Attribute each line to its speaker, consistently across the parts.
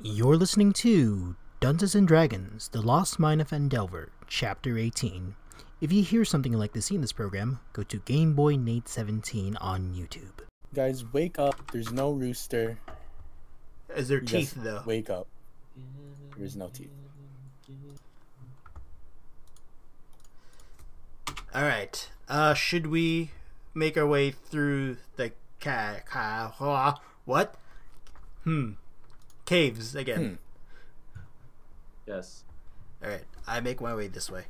Speaker 1: You're listening to Dungeons and Dragons: The Lost Mine of Endelver, Chapter 18. If you hear something like this in this program, go to Game Boy Nate 17 on YouTube.
Speaker 2: Guys, wake up. There's no rooster.
Speaker 3: Is there
Speaker 2: You
Speaker 3: teeth
Speaker 2: guys
Speaker 3: though?
Speaker 2: Wake up. There is no teeth.
Speaker 3: All right. Uh, should we make our way through the ca- ca- ha- what? Hmm. Caves again.
Speaker 4: Yes.
Speaker 3: All right. I make my way this way.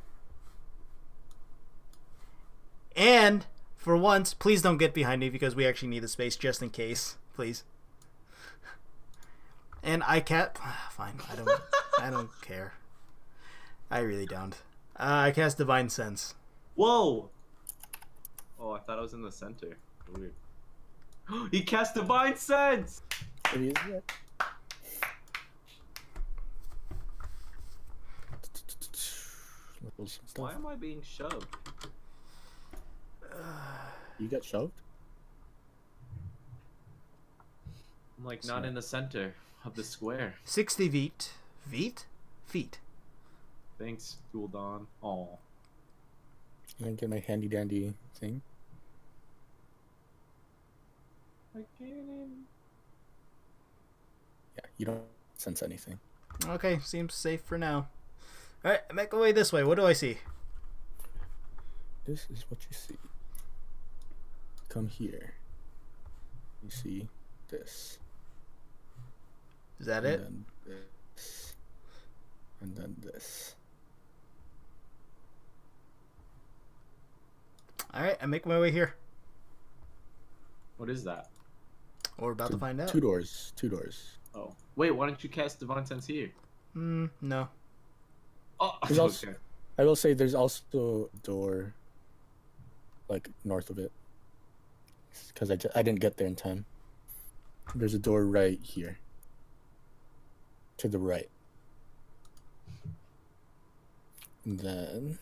Speaker 3: And for once, please don't get behind me because we actually need the space just in case, please. And I can't. Fine. I don't. I don't care. I really don't. Uh, I cast divine sense.
Speaker 4: Whoa! Oh, I thought I was in the center. Weird. he cast divine sense.
Speaker 2: It is that. Levels and
Speaker 4: Why
Speaker 2: stuff.
Speaker 4: am I being shoved?
Speaker 2: You got shoved?
Speaker 4: I'm like not in the center of the square.
Speaker 3: 60 feet. Feet? Feet.
Speaker 4: Thanks, Dual Dawn. Oh,
Speaker 2: Can I get my handy dandy thing?
Speaker 4: I get in.
Speaker 2: Yeah, you don't sense anything.
Speaker 3: Okay, seems safe for now. Alright, make my way this way. What do I see?
Speaker 2: This is what you see. Come here. You see this.
Speaker 3: Is that
Speaker 2: and
Speaker 3: it?
Speaker 2: then this. And then this.
Speaker 3: Alright, I make my way here.
Speaker 4: What is that?
Speaker 3: We're about to
Speaker 2: Two-
Speaker 3: find out.
Speaker 2: Two doors. Two doors.
Speaker 4: Oh, wait. Why don't you cast divine sense here?
Speaker 3: Hmm, no.
Speaker 4: Oh,
Speaker 2: There's also-
Speaker 4: okay.
Speaker 2: I will say there's also a door, like north of it, because I, ju- I didn't get there in time. There's a door right here. To the right. And then,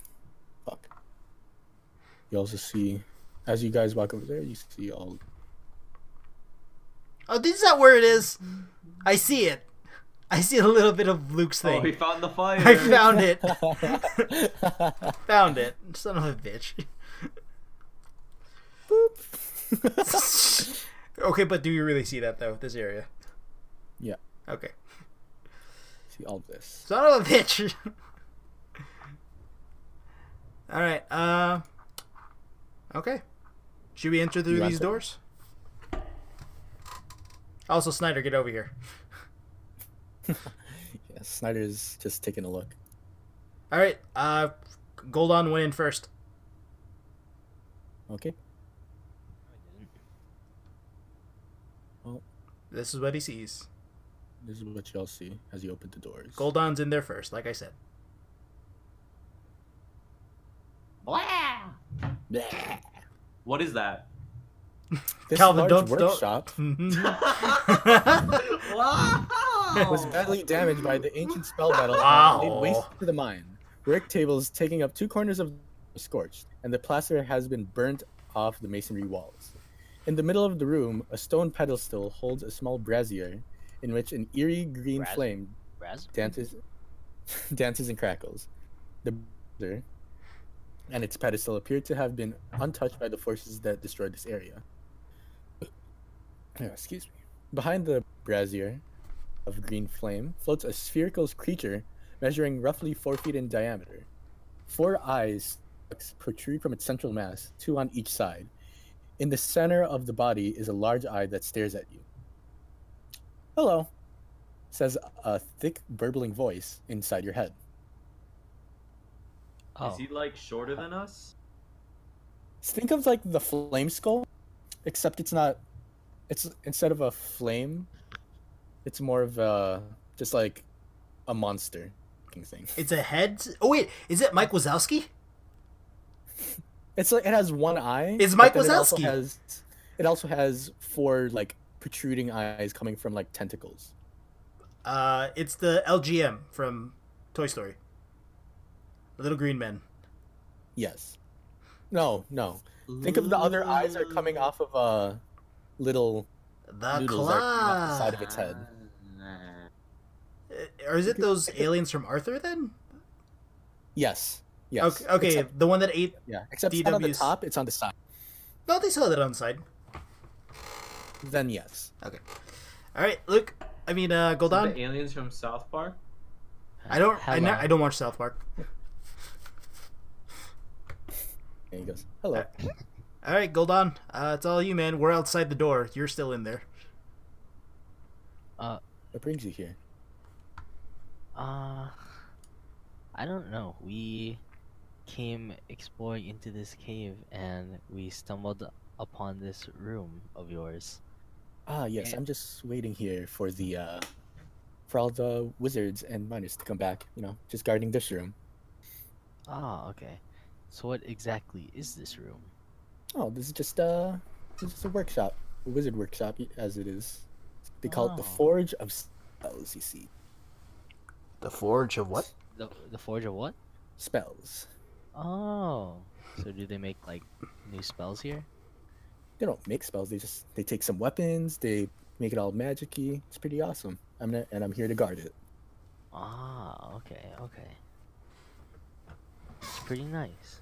Speaker 2: fuck. You also see, as you guys walk over there, you see all.
Speaker 3: Oh, this is not where it is. I see it. I see a little bit of Luke's
Speaker 4: Oh, he
Speaker 3: thing.
Speaker 4: found the fire.
Speaker 3: I found it.
Speaker 2: Boop.
Speaker 3: found it. Son of a bitch. okay, but do you really see that though? This area?
Speaker 2: Yeah.
Speaker 3: Okay.
Speaker 2: see all this.
Speaker 3: Son of a bitch. All right. Uh. Okay. Should we enter
Speaker 2: You
Speaker 3: through
Speaker 2: want
Speaker 3: these
Speaker 2: to?
Speaker 3: doors? Also, Snyder, get over here.
Speaker 2: Yeah, Snyder's just taking a look.
Speaker 3: All right. Uh, Goldon went in first.
Speaker 2: Okay.
Speaker 3: This is what he sees.
Speaker 2: This is what y'all see as you open the doors.
Speaker 3: Goldon's in there first, like I said.
Speaker 2: Bleh.
Speaker 4: What is that?
Speaker 2: This
Speaker 3: Calvin, don't-
Speaker 2: large
Speaker 3: don't-
Speaker 2: workshop was
Speaker 4: wow!
Speaker 2: badly damaged by the ancient spell battle
Speaker 3: Wow.
Speaker 2: and laid waste to the mine. Brick tables taking up two corners of the scorched, and the plaster has been burnt off the masonry walls. In the middle of the room, a stone pedestal holds a small brazier in which an eerie green
Speaker 5: Braz-
Speaker 2: flame
Speaker 5: Raz-
Speaker 2: dances dances and crackles. The brazier and its pedestal appear to have been untouched by the forces that destroyed this area. Oh, excuse me. Behind the brazier of green flame floats a spherical creature measuring roughly four feet in diameter. Four eyes protrude from its central mass, two on each side. In the center of the body is a large eye that stares at you. Hello, says a thick, burbling voice inside your head.
Speaker 5: Oh,
Speaker 4: Is he like shorter than us?
Speaker 2: Think of like the flame skull, except it's not. It's instead of a flame, it's more of a just like a monster looking thing.
Speaker 3: it's a head. Oh wait, is it Mike Wazowski?
Speaker 2: It's like it has one eye.
Speaker 3: It's Mike
Speaker 2: but then
Speaker 3: Wazowski.
Speaker 2: It also has it also has four like protruding eyes coming from like tentacles.
Speaker 3: Uh, it's the LGM from Toy Story. The little green men.
Speaker 2: Yes. No, no. Think of the other eyes are coming off of a little
Speaker 3: The
Speaker 2: noodles that are coming off the
Speaker 3: claw. Uh,
Speaker 2: side of its head.
Speaker 3: or is it those aliens from Arthur then?
Speaker 2: Yes. Yes.
Speaker 3: Okay, okay
Speaker 2: Except-
Speaker 3: the one that ate.
Speaker 2: yeah. Except it's not on the
Speaker 3: DW's.
Speaker 2: top, it's on the side.
Speaker 3: No, they saw that on the side.
Speaker 2: Then yes.
Speaker 3: Okay. All right, Luke. I mean, uh, Goldon.
Speaker 4: The aliens from South Park.
Speaker 3: I don't. I, ne-
Speaker 2: Hello.
Speaker 3: I don't watch South Park.
Speaker 2: And he goes, Hello.
Speaker 3: Uh, All right, Goldon. Uh, it's all you, man. We're outside the door. You're still in there.
Speaker 2: What brings you here?
Speaker 5: Uh, I don't know. We came exploring into this cave and we stumbled upon this room of yours.
Speaker 2: Ah yes,
Speaker 5: Yeah.
Speaker 2: I'm just waiting here for the uh for all the wizards and miners to come back, you know, just guarding this room.
Speaker 5: Ah, okay. So what exactly is this room?
Speaker 2: Oh, this is just uh this is just a workshop. A wizard workshop y- as it is. They call it the
Speaker 5: Oh.
Speaker 2: Forge of Spells, you see.
Speaker 1: The forge of what?
Speaker 5: The the forge of what?
Speaker 2: Spells.
Speaker 5: Oh, so do they make like new spells here?
Speaker 2: They don't make spells, they just they take some weapons, they make it all magic y. It's pretty awesome. I'm gonna, and I'm here to guard it.
Speaker 5: Ah, okay, okay. It's pretty nice.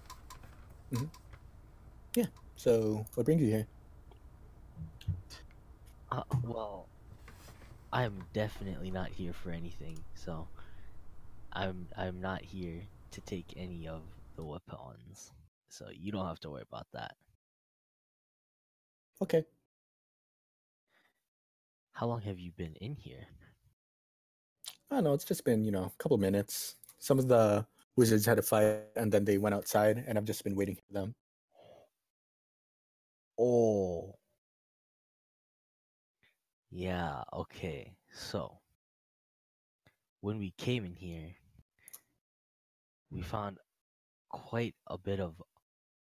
Speaker 2: So what brings you here?
Speaker 5: Uh, well, I'm definitely not here for anything, so I'm I'm not here to take any of the weapons. So you don't have to worry about that.
Speaker 2: Okay.
Speaker 5: How long have you been in here?
Speaker 2: I don't know. It's just been, you know, a couple minutes. Some of the wizards had a fight and then they went outside, and I've just been waiting for them. Oh,
Speaker 5: Yeah, okay. So when we came in here, we found quite a bit of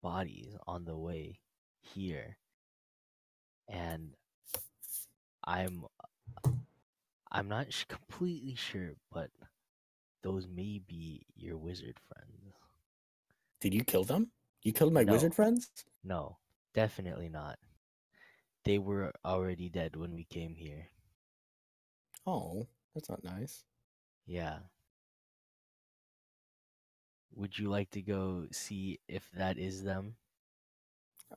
Speaker 5: bodies on the way here. And I'm I'm not sh- completely sure, but those may be your wizard friends.
Speaker 2: did you kill them? You killed my wizard
Speaker 5: No.
Speaker 2: friends?
Speaker 5: No, definitely not. They were already dead when we came here.
Speaker 2: Oh, that's not nice.
Speaker 5: Yeah. Would you like to go see if that is them?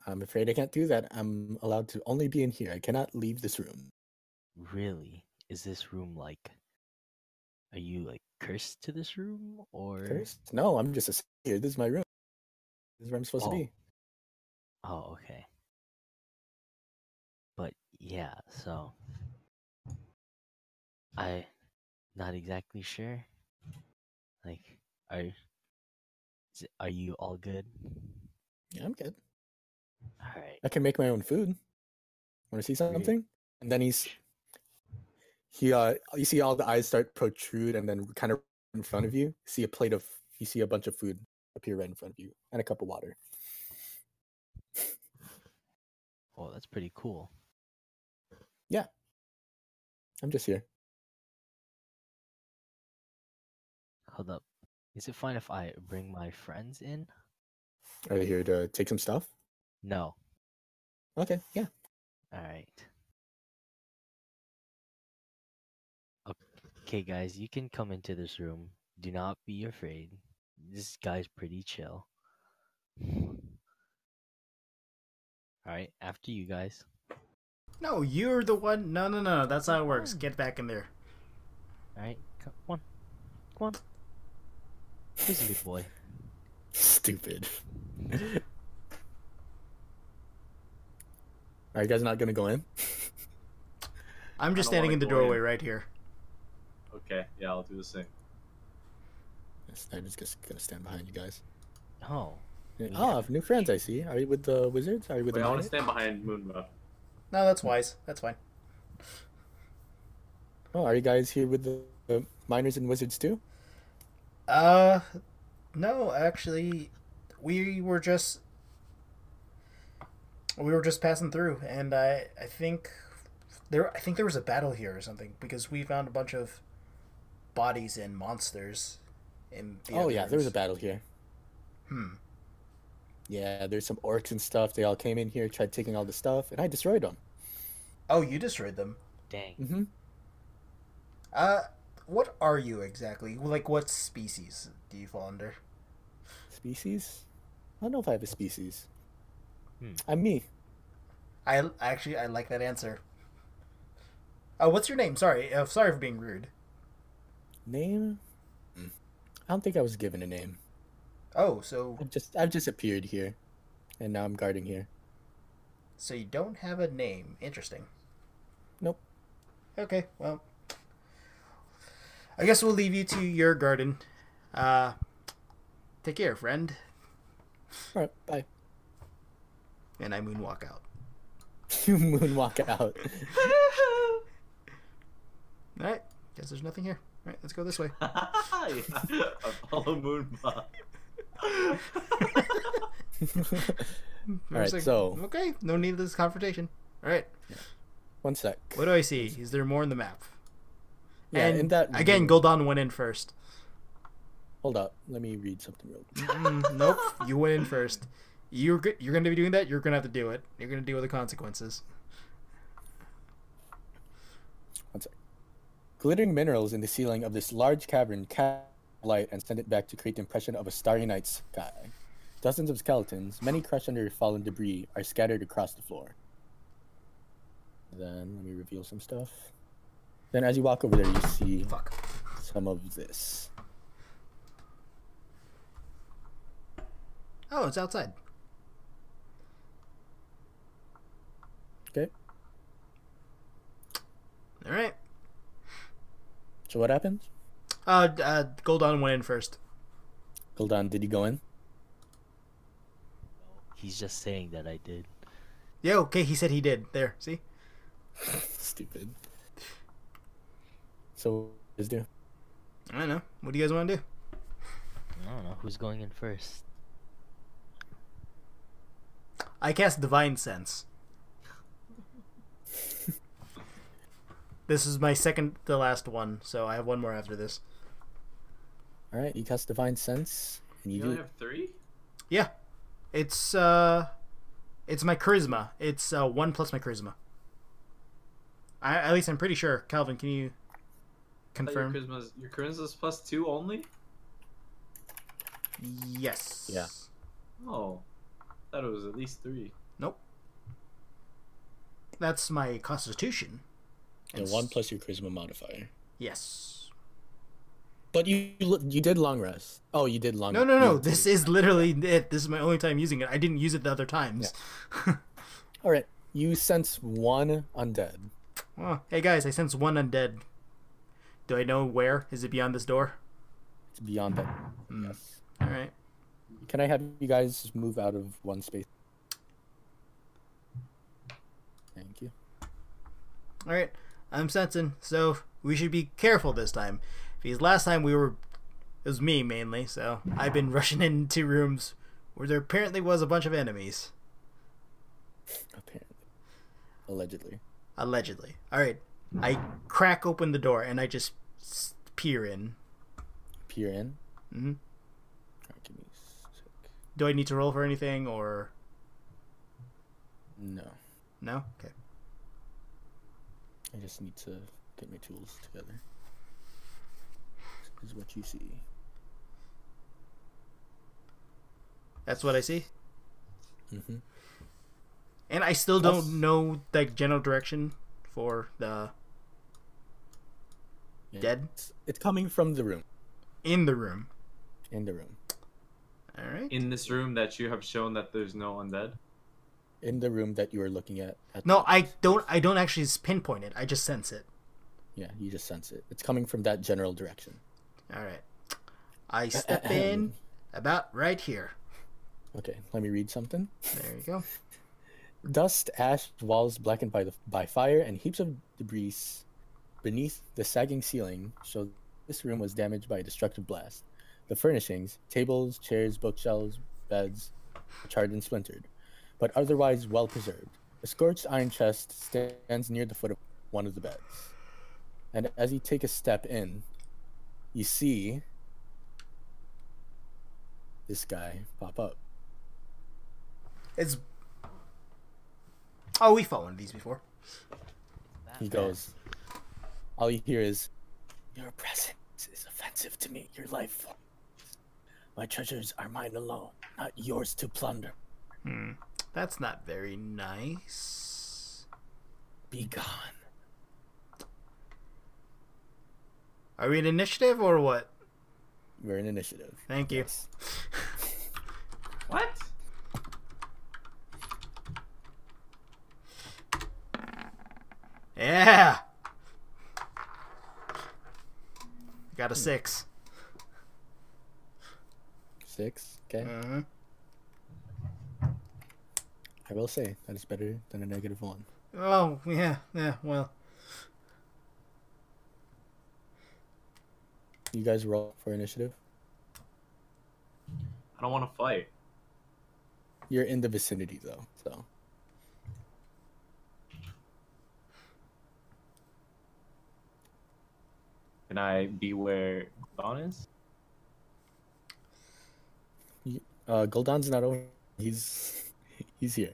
Speaker 2: I'm afraid I can't do that. I'm allowed to only be in here. I cannot leave this room.
Speaker 5: Really? Is this room like. Are you like cursed to this room? Or.
Speaker 2: Cursed? No, I'm just a s- here. This is my room. This is where I'm supposed
Speaker 5: Oh.
Speaker 2: to be.
Speaker 5: Oh, okay. But yeah, so. I. Not exactly sure. Like, are. is it- Are you all good?
Speaker 2: Yeah, I'm good.
Speaker 5: Alright.
Speaker 2: I can make my own food. Want to see
Speaker 5: Really?
Speaker 2: something? And then he's he uh you see all the eyes start protrude and then kind of in front of you. See a plate of you see a bunch of food appear right in front of you and a cup of water.
Speaker 5: Well, that's pretty cool.
Speaker 2: I'm just here.
Speaker 5: Hold up. Is it fine if I bring my friends in?
Speaker 2: Are you here to take some stuff?
Speaker 5: No.
Speaker 2: Okay, yeah.
Speaker 5: All right. Okay, guys, you can come into this room. Do not be afraid. This guy's pretty chill. All right, after you guys.
Speaker 3: No, you're the one. No, no, no. That's how it works. Get back in there.
Speaker 5: All right, come on, come on. He's a good boy.
Speaker 2: Stupid. Are you guys not gonna go in?
Speaker 3: I'm just
Speaker 4: I don't
Speaker 3: standing
Speaker 4: wanna
Speaker 3: in the
Speaker 4: go in.
Speaker 3: doorway right here.
Speaker 4: Okay, yeah, I'll do the same.
Speaker 2: Yes, I'm just gonna stand behind you guys.
Speaker 5: Oh,
Speaker 2: Yeah,
Speaker 5: Yeah.
Speaker 2: Oh, I have new friends I see. Are you with the wizards? Are you with
Speaker 4: Wait,
Speaker 2: the
Speaker 4: I want to
Speaker 2: miners?
Speaker 4: stand behind Moonra.
Speaker 3: No, that's wise. That's fine.
Speaker 2: Oh, are you guys here with the, the miners and wizards too?
Speaker 3: Uh, no, actually, we were just we were just passing through, and I I think there I think there was a battle here or something because we found a bunch of bodies and monsters. In the
Speaker 2: oh
Speaker 3: other
Speaker 2: yeah, there was a
Speaker 3: rooms.
Speaker 2: battle here.
Speaker 3: Hmm.
Speaker 2: Yeah, there's some orcs and stuff. They all came in here, tried taking all the stuff, and I destroyed them.
Speaker 3: Oh, you destroyed them.
Speaker 5: dang.
Speaker 2: Mm-hmm.
Speaker 3: Uh, what are you exactly? Like, what species do you fall under?
Speaker 2: Species? I don't know if I have a species.
Speaker 5: Hmm.
Speaker 2: I'm me.
Speaker 3: I actually I like that answer. Uh, what's your name? Sorry, uh, sorry for being rude.
Speaker 2: Name? Mm. I don't think I was given a name.
Speaker 3: Oh, so
Speaker 2: I've just I've just appeared here, and now I'm guarding here.
Speaker 3: so you don't have a name? Interesting.
Speaker 2: Nope.
Speaker 3: Okay, well, I guess we'll leave you to your garden. Uh, take care, friend.
Speaker 2: All right, bye.
Speaker 3: And I moonwalk out.
Speaker 2: You moonwalk out.
Speaker 3: All right, guess there's nothing here. All right, let's go this way.
Speaker 4: yeah. Apollo Moonbot.
Speaker 3: I was
Speaker 2: Alright, so-
Speaker 3: okay, no need of this confrontation. All right,
Speaker 2: One sec.
Speaker 3: what do I see? Is there more on the map?
Speaker 2: Yeah,
Speaker 3: and
Speaker 2: in that
Speaker 3: again,
Speaker 2: room-
Speaker 3: Gul'dan went in first.
Speaker 2: Hold up. Let me read something real quick.
Speaker 3: Mm, nope, you went in first. You're go- you're gonna be doing that. You're gonna have to do it. You're gonna deal with the consequences.
Speaker 2: Glittering minerals in the ceiling of this large cavern cast light and send it back to create the impression of a starry night sky. Dozens of skeletons, many crushed under fallen debris, are scattered across the floor. Then let me reveal some stuff. Then as you walk over there, you see
Speaker 3: Fuck.
Speaker 2: some of this.
Speaker 3: Oh, it's outside.
Speaker 2: Okay.
Speaker 3: All right.
Speaker 2: So what happens?
Speaker 3: Uh, d- uh Goldon went in first.
Speaker 2: Gul'dan, did he go in?
Speaker 5: He's just saying that I did.
Speaker 3: Yeah. Okay. He said he did. There. See.
Speaker 2: Stupid. So let's do.
Speaker 3: I don't know. What do you guys want to do?
Speaker 5: I don't know who's going in first.
Speaker 3: I cast divine sense. this is my second, the last one, so I have one more after this.
Speaker 2: All right, you cast divine sense, and you,
Speaker 4: You
Speaker 2: do.
Speaker 4: only have three?
Speaker 3: Yeah, it's uh, it's my charisma. It's uh, one plus my charisma. I at least I'm pretty sure. Calvin, can you
Speaker 4: I thought Your
Speaker 3: confirm?
Speaker 4: charisma's, your charisma's plus two only?
Speaker 3: Yes.
Speaker 2: Yeah.
Speaker 4: Oh. Thought it was at least three.
Speaker 3: Nope. That's my constitution.
Speaker 2: the
Speaker 3: And
Speaker 2: one
Speaker 3: s-
Speaker 2: plus your charisma modifier.
Speaker 3: Yes.
Speaker 2: But you you l- you did long rest. Oh, you did long.
Speaker 3: No, no, no.
Speaker 2: you-
Speaker 3: This is literally it. This is my only time using it. I didn't use it the other times.
Speaker 2: All right, you sense one undead.
Speaker 3: Well, hey guys, I sense one undead. Do I know where? Is it beyond this door?
Speaker 2: It's beyond that.
Speaker 3: Hmm.
Speaker 2: Yes.
Speaker 3: All right.
Speaker 2: Can I have you guys move out of one space? Thank you.
Speaker 3: All right, I'm sensing, so we should be careful this time. Because last time we were, it was me mainly, so I've been rushing into rooms where there apparently was a bunch of enemies,
Speaker 2: Apparently, allegedly.
Speaker 3: allegedly. All right, I crack open the door and I just s- peer in.
Speaker 2: Peer in.
Speaker 3: hmm
Speaker 2: All right, give me a sec.
Speaker 3: Do I need to roll for anything or
Speaker 2: No,
Speaker 3: no? Okay.
Speaker 2: I just need to get my tools together. This is what you see.
Speaker 3: That's what I see.
Speaker 2: Mm-hmm.
Speaker 3: And I still
Speaker 2: That's-
Speaker 3: don't know the general direction for the dead
Speaker 2: It's, it's coming from the room.
Speaker 3: in the room.
Speaker 2: In the room.
Speaker 3: All right.
Speaker 4: In this room that you have shown that there's no undead?
Speaker 2: In the room that you are looking at. at
Speaker 3: No, I don't. I don't actually s- pinpoint it. I just sense it.
Speaker 2: Yeah, you just sense it. It's coming from that general direction.
Speaker 3: All right. I step in about right here.
Speaker 2: Okay, let me read something.
Speaker 3: There you go.
Speaker 2: Dust, ash, walls blackened by the by fire, and heaps of debris beneath the sagging ceiling show this room was damaged by a destructive blast. The furnishings, tables, chairs, bookshelves, beds, are charred and splintered, but otherwise well preserved. A scorched iron chest stands near the foot of one of the beds. And as you take a step in, you see this guy pop up.
Speaker 3: It's. Oh, we fought one of these before.
Speaker 2: He goes. All you hear is Your presence is offensive to me, your life form. My treasures are mine alone, not yours to plunder.
Speaker 3: Hmm. That's not very nice.
Speaker 2: Be gone.
Speaker 3: Are we in initiative or what?
Speaker 2: We're in initiative.
Speaker 3: Thank you.
Speaker 2: Yes.
Speaker 4: What?
Speaker 3: Yeah. Got a six.
Speaker 2: Six. Okay.
Speaker 3: Mm-hmm.
Speaker 2: I will say that is better than a negative one.
Speaker 3: Oh yeah, yeah. Well,
Speaker 2: You guys roll for initiative.
Speaker 4: I don't want to fight.
Speaker 2: You're in the vicinity though, so
Speaker 4: Can I be where Don is?
Speaker 2: uh, Goldan's not over. He's he's here.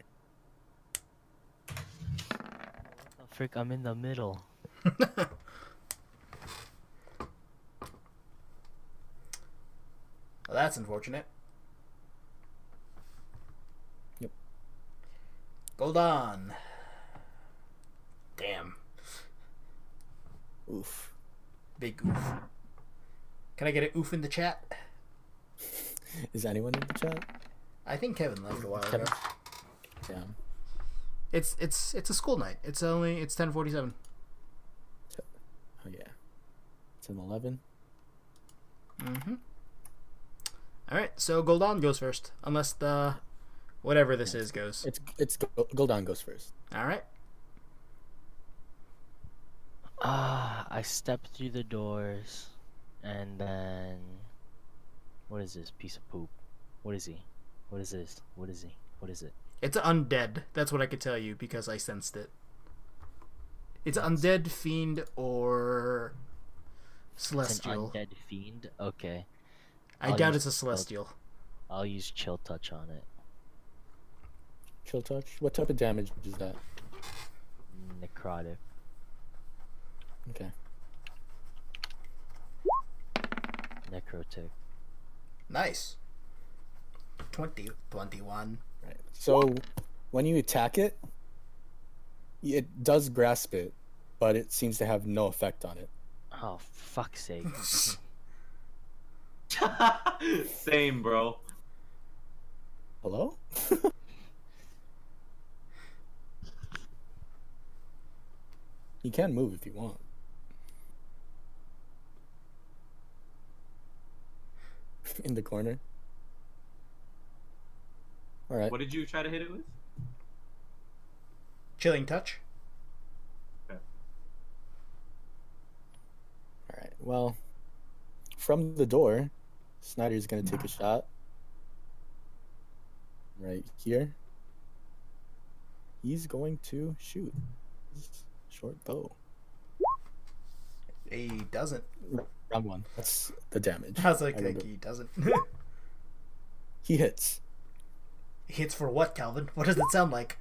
Speaker 5: Oh, frick, I'm in the middle.
Speaker 3: Well, that's unfortunate.
Speaker 2: Yep.
Speaker 3: Goldan. Damn.
Speaker 2: Oof.
Speaker 3: Big oof. Can I get an oof in the chat?
Speaker 2: Is anyone in the chat?
Speaker 3: I think Kevin left a while ago.
Speaker 2: Kevin? Damn.
Speaker 3: It's it's it's a school night. It's only it's ten forty seven.
Speaker 2: Oh yeah. It's an eleven.
Speaker 3: Mm-hmm. All right, so Goldan goes first, unless the whatever this is goes.
Speaker 2: It's it's Go- Goldan goes first.
Speaker 3: All right.
Speaker 5: Ah, I step through the doors, and then what is this piece of poop? What is he? What is this? What is he? What is it?
Speaker 3: It's undead. That's what I could tell you because I sensed it. It's undead, fiend, or
Speaker 5: It's an
Speaker 3: celestial.
Speaker 5: undead fiend. Okay,
Speaker 3: I
Speaker 5: I'll
Speaker 3: doubt
Speaker 5: use
Speaker 3: it's a celestial.
Speaker 5: I'll use chill touch on it.
Speaker 2: Chill touch. What type of damage is that?
Speaker 5: Necrotic.
Speaker 2: Okay.
Speaker 5: Necrotic.
Speaker 3: Nice. 20, 21.
Speaker 2: Right. So when you attack it, it does grasp it, but it seems to have no effect on it.
Speaker 5: Oh fuck's sake!
Speaker 4: Same, bro.
Speaker 2: Hello? you can move if you want. In the corner. All right.
Speaker 4: What did you try to hit it with?
Speaker 3: Chilling touch.
Speaker 2: All right. Well, from the door, Snyder's going to take a shot. Right here. He's going to shoot. his Short bow.
Speaker 3: He doesn't.
Speaker 2: Round one. That's the damage.
Speaker 3: I was like,
Speaker 2: I remember.
Speaker 3: he doesn't.
Speaker 2: He hits.
Speaker 3: Hits for what, Calvin? What does it sound like?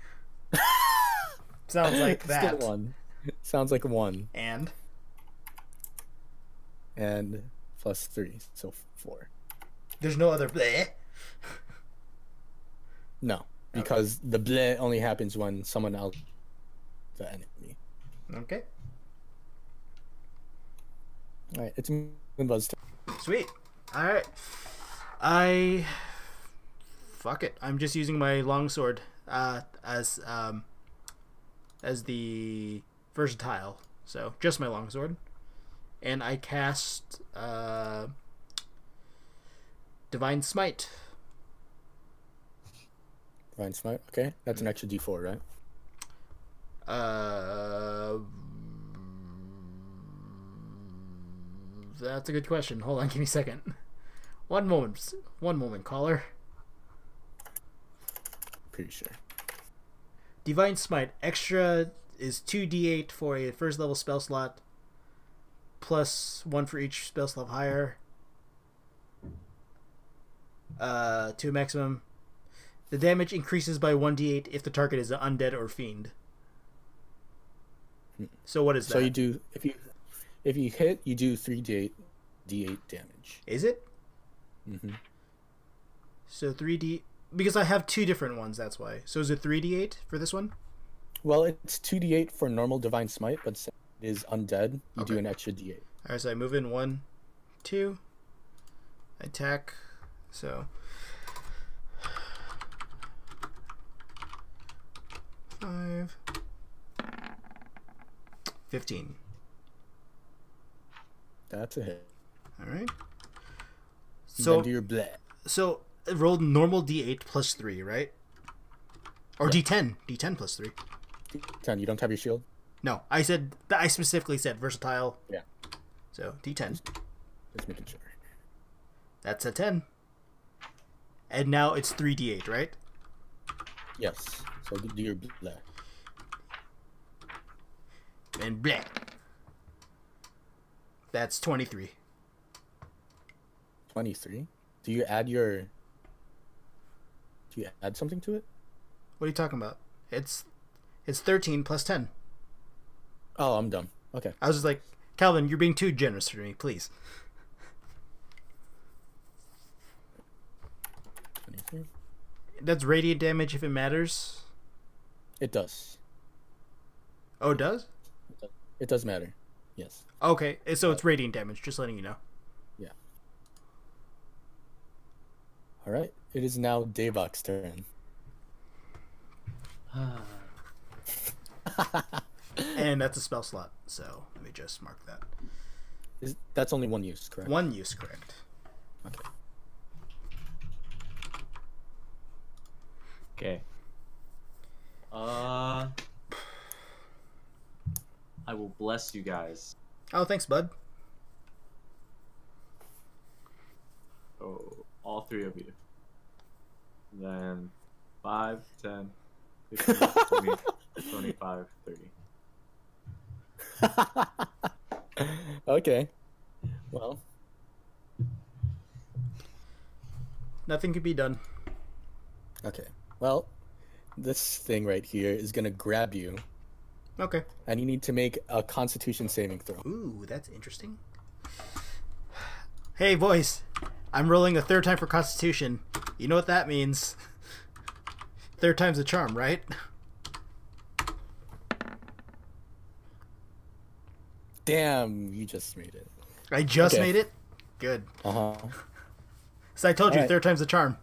Speaker 3: Sounds like
Speaker 2: Still
Speaker 3: that.
Speaker 2: one. Sounds like a one.
Speaker 3: And
Speaker 2: And plus three. So f- four.
Speaker 3: there's no other. Bleh.
Speaker 2: No. Because the bleh only happens when someone else the enemy.
Speaker 3: Okay.
Speaker 2: Alright, it's Moonbuzz.
Speaker 3: Sweet. All right. I fuck it. I'm just using my longsword uh, as um, as the versatile. So just my longsword, and I cast uh, divine smite.
Speaker 2: Ryan Smart. Okay. That's
Speaker 3: Mm.
Speaker 2: an extra D four, right?
Speaker 3: Uh, that's a good question. Hold on, give me a second. One moment. One moment, caller.
Speaker 2: Pretty sure.
Speaker 3: Divine Smite extra is 2d8 for a first level spell slot, plus 1 for each spell slot higher, uh, to a maximum. The damage increases by 1d8 if the target is an undead or fiend. So what is that?
Speaker 2: So you do if you If you hit, you do 3d8 d8 damage.
Speaker 3: Is it?
Speaker 2: hmm
Speaker 3: So 3D. Because I have two different ones, that's why. So is it 3D8 for this one?
Speaker 2: Well, it's 2d8 for normal divine smite, but since it is undead, you do
Speaker 3: Okay.
Speaker 2: an extra d8.
Speaker 3: Alright, so I move in one, two, attack. So. Five. Fifteen.
Speaker 2: That's a hit.
Speaker 3: Alright.
Speaker 2: So
Speaker 3: So
Speaker 2: then do your bleh.
Speaker 3: so it rolled normal D eight plus three, right? Or D ten. D ten plus three.
Speaker 2: Ten. You don't have your shield.
Speaker 3: No, I said I specifically said versatile.
Speaker 2: Yeah.
Speaker 3: So D ten.
Speaker 2: Just making sure.
Speaker 3: That's a ten. And now it's three D eight, right?
Speaker 2: Yes. So do your bleh.
Speaker 3: and bleh. That's 23.
Speaker 2: Twenty-three. Do you add your? Do you add something to it?
Speaker 3: What are you talking about? It's it's 13 plus 10.
Speaker 2: Oh, I'm dumb. Okay.
Speaker 3: I was just like, Calvin, you're being too generous to me, please.
Speaker 2: 23.
Speaker 3: That's radiant damage if it matters.
Speaker 2: It does.
Speaker 3: Oh, it does?
Speaker 2: It does matter. Yes.
Speaker 3: Okay, so it's radiant damage, just letting you know.
Speaker 2: All right. It is now Davok's turn.
Speaker 3: And that's a spell slot, so let me just mark that.
Speaker 2: Is, that's only one use, correct?
Speaker 3: One use, correct.
Speaker 2: Okay.
Speaker 4: Okay. Uh, I will bless you guys.
Speaker 3: Oh, thanks, bud.
Speaker 4: Oh, all three of you. Then 5, 10, 15, 20, 25, 30.
Speaker 2: okay. Well,
Speaker 3: Nothing could be done.
Speaker 2: okay. Well, this thing right here is gonna grab you,
Speaker 3: Okay.
Speaker 2: and you need to make a Constitution saving throw.
Speaker 3: Ooh, that's interesting. Hey, voice. I'm rolling a third time for Constitution. You know what that means. Third time's a charm, right?
Speaker 2: Damn, you just made it.
Speaker 3: I just
Speaker 2: Okay.
Speaker 3: made it. Good.
Speaker 2: Uh huh.
Speaker 3: So I told you,
Speaker 2: Alright.
Speaker 3: third time's a charm.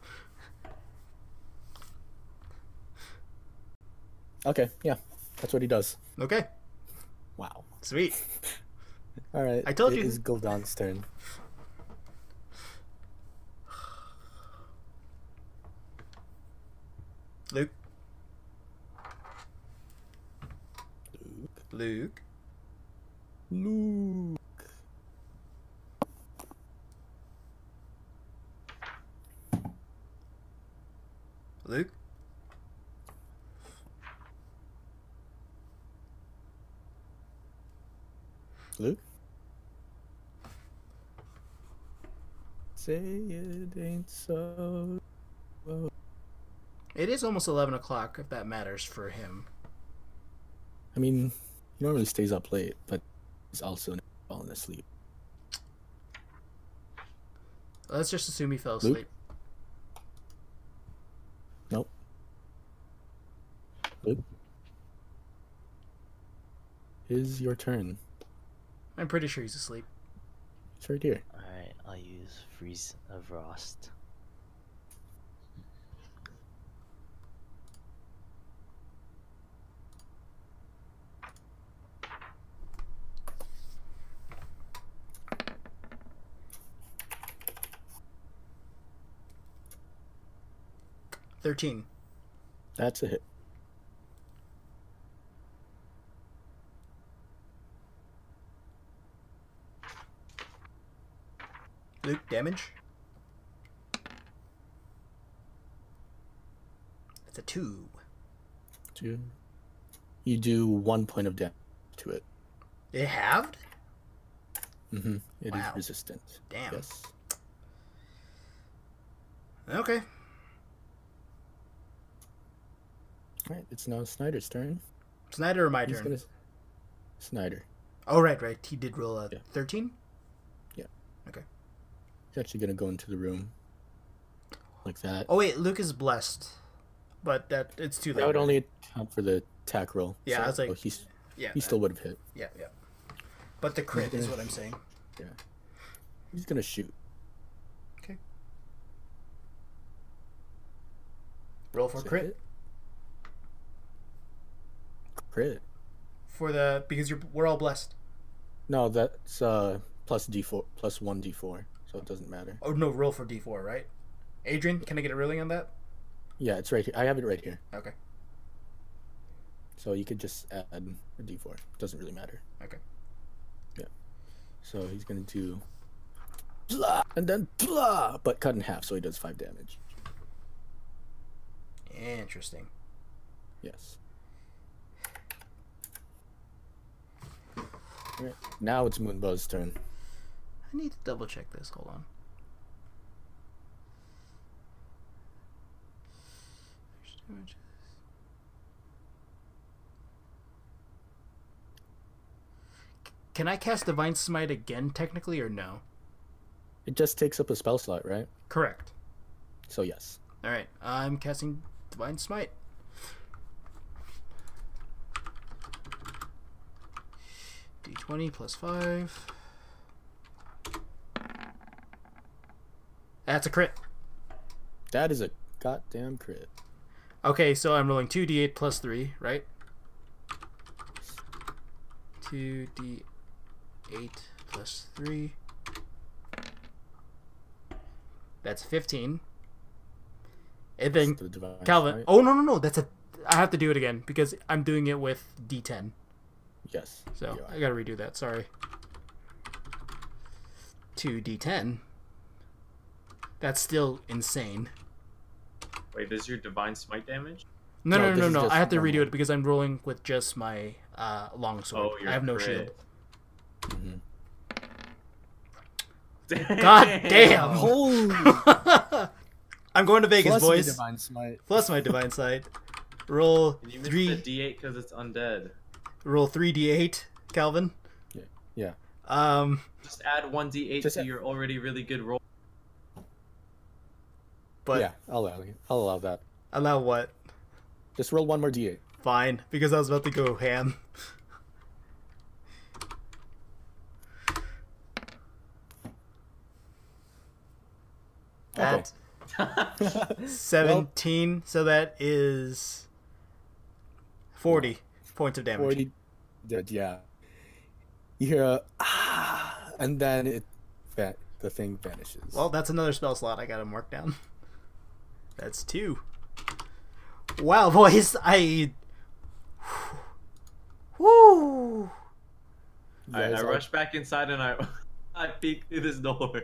Speaker 2: Okay. Yeah, that's what he does.
Speaker 3: Okay,
Speaker 2: Wow.
Speaker 3: sweet.
Speaker 2: All right.
Speaker 3: I told you.
Speaker 2: It is Gul'dan's turn.
Speaker 3: Luke. Luke.
Speaker 2: Luke.
Speaker 3: Luke.
Speaker 2: Luke. Say it ain't so.
Speaker 3: It is almost 11 o'clock, if that matters for him.
Speaker 2: I mean, he normally stays up late, but he's also falling asleep.
Speaker 3: Let's just assume he fell
Speaker 2: Luke?
Speaker 3: asleep.
Speaker 2: Nope. Luke. It is your turn.
Speaker 3: I'm pretty sure he's asleep.
Speaker 2: It's right here.
Speaker 5: Alright, I'll use Freeze of Rost.
Speaker 3: Thirteen.
Speaker 2: That's a hit.
Speaker 3: Luke, damage. That's a two.
Speaker 2: Two. You do one point of damage to it.
Speaker 3: It halved?
Speaker 2: Mm-hmm. It is
Speaker 3: Wow.
Speaker 2: resistant.
Speaker 3: Damn.
Speaker 2: Yes.
Speaker 3: Okay.
Speaker 2: All right. It's now Snyder's turn.
Speaker 3: Snyder or my
Speaker 2: He's
Speaker 3: turn?
Speaker 2: gonna. Snyder.
Speaker 3: Oh right, right. He did roll a
Speaker 2: Yeah.
Speaker 3: thirteen.
Speaker 2: He's actually gonna go into the room. Like that.
Speaker 3: Oh wait, Luke is blessed, but that it's too late.
Speaker 2: that would only account for the attack roll.
Speaker 3: Yeah, I was like-
Speaker 2: oh, he's
Speaker 3: yeah,
Speaker 2: he still would have hit.
Speaker 3: yeah, yeah. But the crit is what I'm saying.
Speaker 2: He's gonna shoot.
Speaker 3: Roll for
Speaker 2: Is it
Speaker 3: crit
Speaker 2: hit? Crit.
Speaker 3: for the because you're we're all blessed.
Speaker 2: No, that's uh plus D four plus one D four, so it doesn't matter.
Speaker 3: Oh no, roll for D4, right? Adrian, can I get a ruling on that?
Speaker 2: Yeah, it's right here. I have it right here.
Speaker 3: Okay.
Speaker 2: So you could just add a D four. Doesn't really matter.
Speaker 3: Okay.
Speaker 2: Yeah. So he's gonna do blah and then blah, but cut in half, so he does five damage.
Speaker 3: Interesting.
Speaker 2: Yes. Alright, Now it's Moonbow's turn.
Speaker 3: I need to double check this. Hold on. Can I cast Divine Smite again, technically, or no?
Speaker 2: It just takes up a spell slot, right?
Speaker 3: Correct.
Speaker 2: So yes.
Speaker 3: All right, I'm casting Divine Smite. D20 plus 5. That's a crit.
Speaker 2: That is a goddamn crit.
Speaker 3: Okay, so I'm rolling 2d8 plus 3, right? 2d8 plus 3. That's 15. And then
Speaker 2: It's the divine
Speaker 3: Calvin.
Speaker 2: smite.
Speaker 3: Oh no no no! That's a. I have to do it again because I'm doing it with D10.
Speaker 2: Yes.
Speaker 3: So
Speaker 2: you are.
Speaker 3: I gotta redo that. Sorry. Two D10. That's still insane.
Speaker 4: Wait, does your divine smite damage?
Speaker 3: No
Speaker 2: No,
Speaker 3: no
Speaker 2: this
Speaker 3: no
Speaker 2: is
Speaker 3: no! no.
Speaker 2: just
Speaker 3: I have to
Speaker 2: normal.
Speaker 3: redo it because I'm rolling with just my uh, long sword.
Speaker 4: Oh, you're
Speaker 3: I have no
Speaker 4: crit.
Speaker 3: shield.
Speaker 2: Mhm.
Speaker 4: Mm-hmm.
Speaker 3: God damn!
Speaker 4: Oh.
Speaker 2: Holy
Speaker 3: I'm going to Vegas,
Speaker 2: plus
Speaker 3: boys.
Speaker 2: the divine smite.
Speaker 3: Plus my divine sight. Roll
Speaker 4: And you missed
Speaker 3: three.
Speaker 4: the D8 because it's undead.
Speaker 3: roll three D8, Calvin.
Speaker 2: Yeah, yeah.
Speaker 3: Um,
Speaker 4: Just add one D8
Speaker 2: Just
Speaker 4: to
Speaker 2: add-
Speaker 4: your already really good roll.
Speaker 3: but
Speaker 2: yeah, I'll allow it. I'll allow that.
Speaker 3: allow what?
Speaker 2: Just roll one more d8.
Speaker 3: Fine, because I was about to go ham. That's seventeen, so that is forty points of damage.
Speaker 2: Forty. Dead. Yeah. You hear a, ah, and then it, va- the thing vanishes.
Speaker 3: Well, that's another spell slot I got him marked down. That's two. Wow, boys, I. Woo!
Speaker 2: You
Speaker 4: I,
Speaker 2: guys
Speaker 4: I
Speaker 2: all-
Speaker 4: rush back inside and I I peek through this door.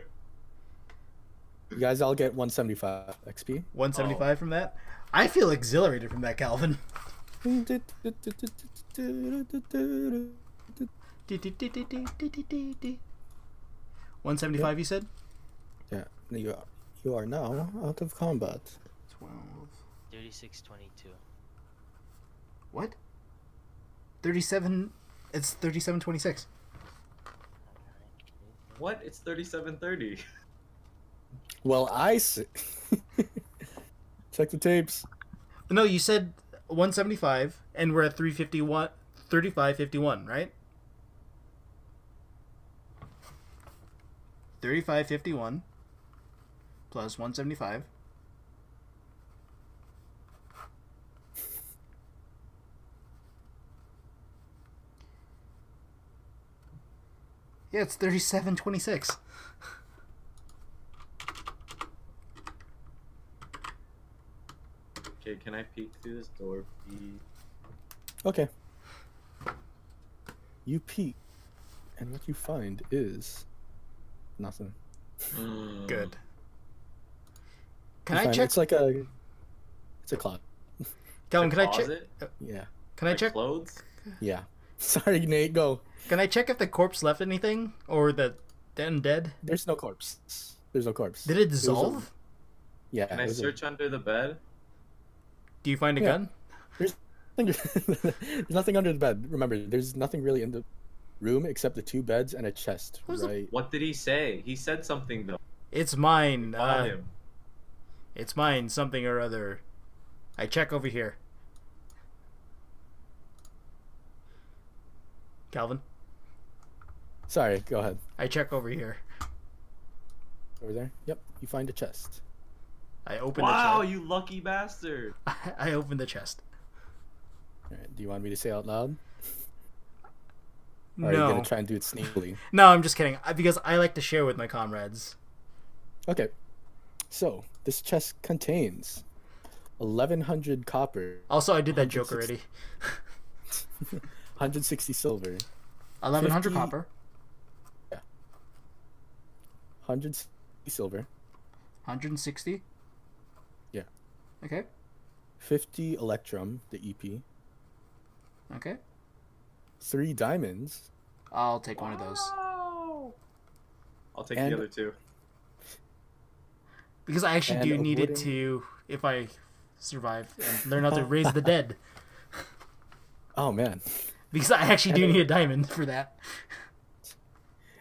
Speaker 2: You guys all get 175 XP.
Speaker 3: 175 from that? I feel exhilarated from that, Calvin. One seventy-five. You said
Speaker 2: Yeah, you are, you are now out of combat.
Speaker 3: twelve.
Speaker 5: 3622.
Speaker 3: What? Thirty-seven. It's thirty-seven twenty-six.
Speaker 4: What? It's 3730.
Speaker 2: Well, I see. Check the tapes.
Speaker 3: No, you said one seventy-five, and we're at three fifty-one. Thirty-five fifty-one, right? Thirty-five fifty-one plus one seventy-five. Yeah, it's thirty-seven twenty-six.
Speaker 4: Okay, can I peek through this door, please?
Speaker 2: Okay. You peek, and what you find is nothing.
Speaker 4: Mm.
Speaker 3: Good. Can
Speaker 2: You
Speaker 3: I
Speaker 2: find-
Speaker 3: check?
Speaker 2: It's like a, it's a clock.
Speaker 3: Calvin,
Speaker 4: The
Speaker 3: can I check?
Speaker 4: closet?
Speaker 2: Yeah,
Speaker 3: Can I
Speaker 4: The
Speaker 3: check?
Speaker 4: Clothes?
Speaker 2: yeah. Sorry, Nate. Go.
Speaker 3: Can I check if the corpse left anything or the the undead?
Speaker 2: There's no corpse. There's no corpse.
Speaker 3: Did it
Speaker 2: was a-
Speaker 3: dissolve?
Speaker 2: yeah.
Speaker 4: Can I
Speaker 2: it was a-
Speaker 4: search under the bed?
Speaker 3: Do you find a
Speaker 2: Yeah.
Speaker 3: gun?
Speaker 2: there's nothing under the bed. Remember, there's nothing really in the room except the two beds and a chest.
Speaker 3: Who's the-
Speaker 2: right.
Speaker 4: What did he say? He said something though.
Speaker 3: It's mine.
Speaker 4: Caught
Speaker 3: Uh,
Speaker 4: him.
Speaker 3: it's mine. Something or other. I check over here. Calvin,
Speaker 2: Sorry, go ahead.
Speaker 3: I check over here.
Speaker 2: Over there. Yep. You find a chest.
Speaker 3: I open
Speaker 4: Wow,
Speaker 3: the chest.
Speaker 4: you lucky bastard!
Speaker 3: I open the chest.
Speaker 2: All right. Do you want me to say out loud? Or Are you
Speaker 3: No,
Speaker 2: gonna try and do it sneakily?
Speaker 3: no, I'm just kidding. I- Because I like to share with my comrades.
Speaker 2: Okay. So this chest contains eleven hundred copper,
Speaker 3: Also, I did that joke already.
Speaker 2: hundred sixty silver,
Speaker 3: 1100
Speaker 2: 50
Speaker 3: copper,
Speaker 2: hundred silver,
Speaker 3: 160.
Speaker 2: Yeah.
Speaker 3: Okay.
Speaker 2: fifty electrum, the E EP,
Speaker 3: Okay.
Speaker 2: three diamonds,
Speaker 3: I'll take one of those
Speaker 4: Wow. I'll take
Speaker 2: And-
Speaker 4: the other two.
Speaker 3: because I actually
Speaker 2: And
Speaker 3: do
Speaker 2: a
Speaker 3: need it
Speaker 2: wooden-
Speaker 3: to if I survive and learn how to raise the dead.
Speaker 2: Oh man.
Speaker 3: Because I actually do need a diamond for that.